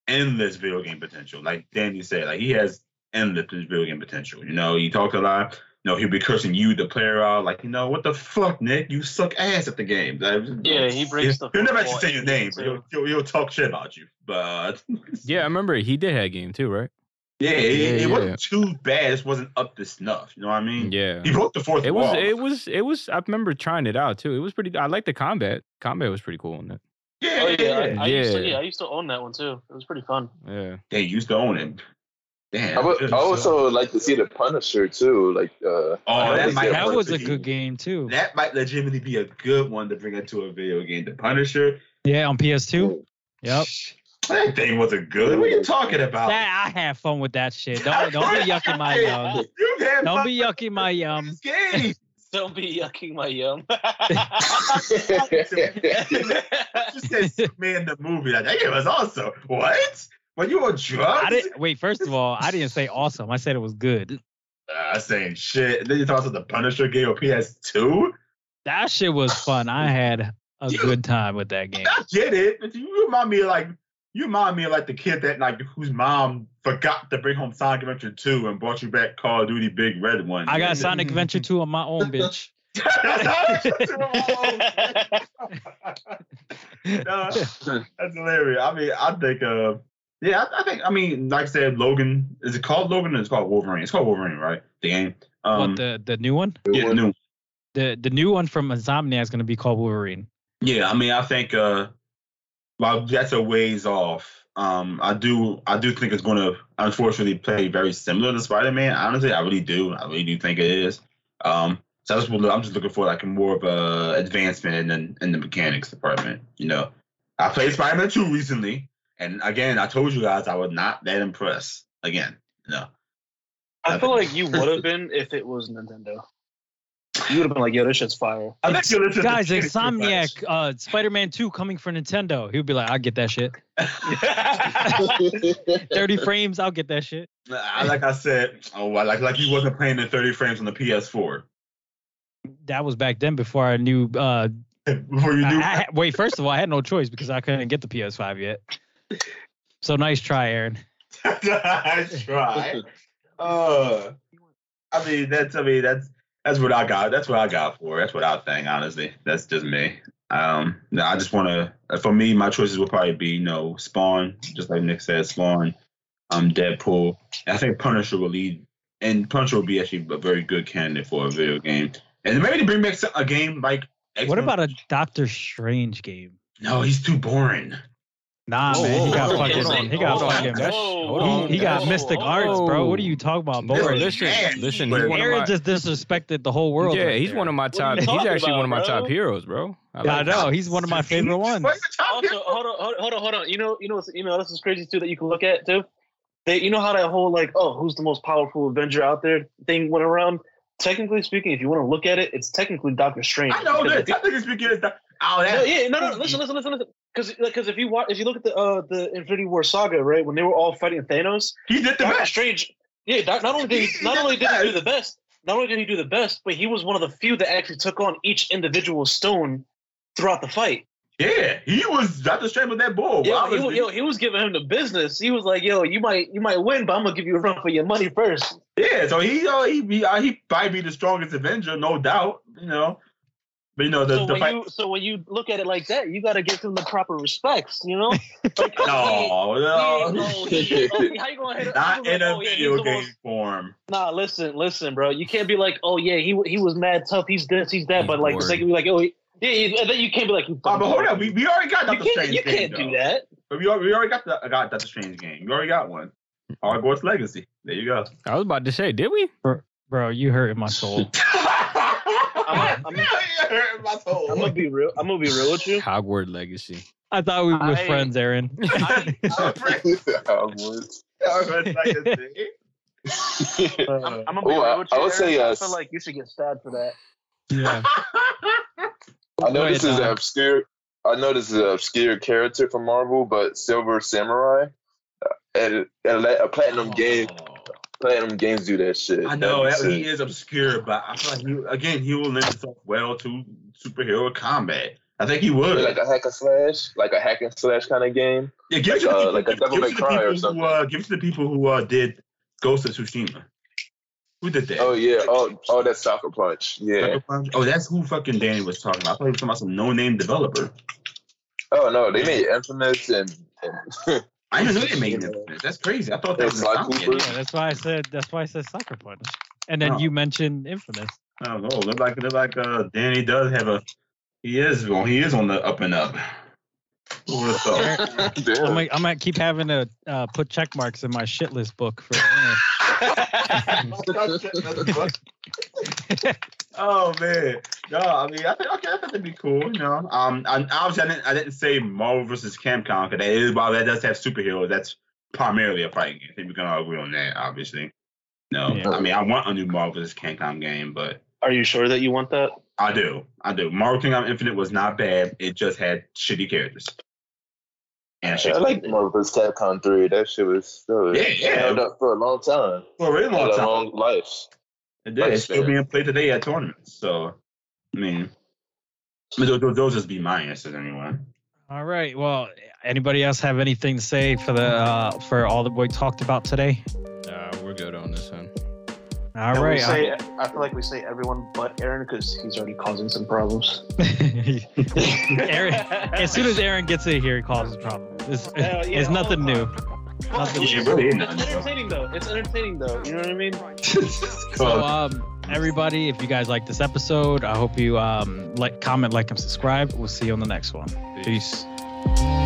endless video game potential. Like Danny said, like he has endless video game potential. You know, he talked a lot. You know, he'll be cursing you, the player, out. Like, you know, what the fuck, Nick? You suck ass at the game. Like,
Yeah, he breaks the.
He'll never
fourth
actually say your
wall.
name, but he'll, he'll, he'll talk shit about you. But
yeah. I remember he did have game too, right?
yeah, it,
Yeah,
it
yeah.
wasn't too bad. It just wasn't up to snuff. You know what I mean?
Yeah,
He broke the fourth
it Mm. was.
wall.
It was. It was. I remember trying it out too. It was pretty. I like the combat. Combat was pretty cool in it.
yeah,
Oh
yeah,
yeah,
yeah.
I, I Used to,
Yeah.
yeah, I used to own that one too. It was pretty fun.
Yeah.
They used to own it. Damn.
I would I also like to see the Punisher too. Like, uh,
Oh, that might-
that was a
Perfect.
good game too.
that might legitimately be a good one to bring into a video game. The Punisher.
Yeah, on PS2. Yep.
That thing wasn't good. What are you talking about?
That I have fun with that shit. Don't don't be yucking my yum.
You had
Don't
fun
be um, yucking my yum.
with this game.
Don't be yucking my yum.
You said Superman the movie. Like, that game was also what? When you on drugs?
I didn't wait. First of all, I didn't say awesome. I said it was good.
Uh, saying shit. And then you talk about the Punisher game on PS2.
That shit was fun. I had a good time with that game.
I get it, but you remind me of like you remind me of like the kid that like whose mom forgot to bring home Sonic Adventure 2 and brought you back Call of Duty Big Red One.
I got Sonic Adventure 2 on my own, bitch.
Oh,
no, that's hilarious. I mean, I think, uh, yeah, I, I think, I mean, like I said, Logan is it called Logan or is it called Wolverine? It's called Wolverine, right? The game. Um,
what the the new one?
yeah, the new one.
The the new one from Insomniac is gonna be called Wolverine.
Yeah, I mean, I think, uh, while that's a ways off, um, I do, I do think it's going to unfortunately play very similar to Spider Man. Honestly, I really do. I really do think it is. Um, so I just, would- I'm just looking for like more of a advancement in the, in the mechanics department. You know, I played Spider Man Two recently, and again, I told you guys I was not that impressed. Again, no.
I feel like you would have been if it was Nintendo. You would have been like, "Yo, this shit's fire."
I bet you listen to
Guys,
Peter too much.
Insomniac, uh, Spider-Man 2 coming for Nintendo. He'll be like, I'll get that shit. 30 frames, I'll get that shit.
I, like I said, oh, I like like he wasn't playing in 30 frames on the PS4
That was back then before I knew uh
before you
I-
knew.
I had- wait, first of all, I had no choice because I couldn't get the PS5 yet. So nice try, Aaron.
I try. Uh, I mean, that's I mean that's that's what I got. That's what I got for. it. That's what I think. Honestly, that's just me. Um, no, I just want to. For me, my choices would probably be you know Spawn, just like Nick said, Spawn, um, Deadpool. And I think Punisher will lead, and Punisher will be actually a very good candidate for a video game. And maybe to bring back some- a game like.
What
X-Men.
about a Doctor Strange game?
No, he's too boring.
Nah,
Whoa,
man, he
whoa,
got
oh,
whoa,
fucking.
hold on,
he got
hold on.
fucking.
That's- hold
he,
on,
he got
that's-
Mystic Arts, bro.
whoa.
What are you talking
oh,
about,
Bro,
boy?
listen,
man.
listen.
Where
He's one of
Aaron
my,
just disrespected the whole world.
yeah,
right
he's
there.
one of my
What are
top.
you
He's
talking
actually one of my
about, bro?
top heroes, bro. I
Yeah, I
like
know. He's one of my favorite ones.
What's the top
also,
hit?
hold on, hold on, hold on, hold on. You know, you know, what's- you know. This is crazy too that you can look at too. They, you know how that whole like, oh, who's the most powerful Avenger out there thing went around. Technically speaking, if you want to look at it, it's technically Doctor Strange.
I know
Because
this. I think it's because that. Oh,
No,
that.
yeah, no, no. Listen, listen, listen, listen. Because if you watch, if you look at the uh, the Infinity War saga, right, when they were all fighting Thanos,
He did the
Doctor
best.
Strange, yeah, doc, not only did he, not only did he do the best, not only did he do the best, but he was one of the few that actually took on each individual stone throughout the fight.
Yeah, he was Doctor Strange with that ball.
Yo, he,
Obviously.
was- yo, he was giving him the business. He was like, "Yo, you might you might win, but I'm gonna give you a run for your money first.
Yeah, so he uh, he he, uh, he probably be the strongest Avenger, no doubt. You know, but you know the,
so
the
when
fight.
you so when you look at it like that, you gotta give him the proper respects. You know? Like,
No,
he-
no,
he- oh, he- oh, how you gonna hit him?
not in a
Oh, yeah, he's
video
the
game
most-
form.
Nah, listen, listen, bro. You can't be like, oh yeah, he he was mad tough. He's this, he's that.
He's
but like,
boring.
it's like be like, oh he- yeah, he- and then you can't be like, you
Oh, but hold on, we, we already got
you
Doctor
can't,
Strange.
you
game,
can't do
though.
that.
But we already, we already got the got Doctor Strange game. We already got one. Hogwarts Legacy. There you go.
I was about to say, did we?
bro. You hurting my soul.
I'm,
I'm-
my soul.
I'm gonna be real. I'm gonna be real with you.
Hogwarts Legacy.
I thought we were
I-
friends, Aaron.
I-
Hogwarts Legacy.
I'm, I'm gonna be
Oh,
real
I-
with
I
you.
would
Aaron.
say, uh,
I feel like you should get stabbed for that.
yeah.
I know
Go
this
ahead,
is an
Don.
obscure. I know this is an obscure character from Marvel, but Silver Samurai, uh, and, and let- a platinum game, platinum games do that shit.
Oh. I know
That
that, he
makes
is obscure, but I feel like he again he will limit himself well to superhero combat. I think he would.
sense. like a hack and slash, like a hack and slash kind of game.
yeah, give it to
like,
the people,
uh, like a
give-
Devil
give
May
it to the
Cry or
people who
something.
uh, give it to the people who uh, did Ghost of Tsushima. Who did that?
Oh yeah, oh oh that soccer punch. Yeah.
Oh, that's who fucking Danny was talking about. I thought he was talking about some no-name developer.
Oh no, they made Infamous and, and
I didn't know they made him. That's crazy. I thought that
It's
was
like
like
Uber.
yeah, that's why I said. That's why I said sucker punch. And then
Oh.
you mentioned Infamous.
I don't know. Oh, Look like look like uh, Danny does have a. He is on. He is on the up and up. Who would have thought?
I'm
damn.
gonna, I'm gonna keep having to uh, put check marks in my shit list book for. Aaron.
oh man, no. I mean, I think okay, I think that'd be cool. You know, um, and obviously I didn't, I didn't say Marvel versus Capcom because that is while that does have superheroes. That's primarily a fighting game. I think we're gonna agree on that, obviously. No,
Yeah.
I mean, I want a new Marvel versus Capcom game, but
Are you sure that you want that?
I do, I do. Marvel Capcom Infinite was not bad. It just had shitty characters. And
I
shit.
like Marvel vs. Capcom 3. That shit was that was
Yeah, yeah.
held up for a long time.
for a really
Had
long
a
time.
long life.
It did. It's still
Understand.
being played today at tournaments. So, I mean, I mean, those, those just be my answers anyway.
All right. Well, anybody else have anything to say for the uh, for all that we talked about today?
Nah, we're good on this one.
All
And we
right.
say- I feel like we say everyone but Aaron because he's already causing some problems.
Aaron, as soon as Aaron gets in here, he causes problems. It's,
yeah,
it's nothing new. Nothing
Yeah,
new.
really ain't
It's
nothing.
entertaining though. It's entertaining though. You know what I mean?
So, um, everybody, if you guys like this episode, I hope you um, like, comment, like, and subscribe. We'll see you on the next one. Peace.
Peace.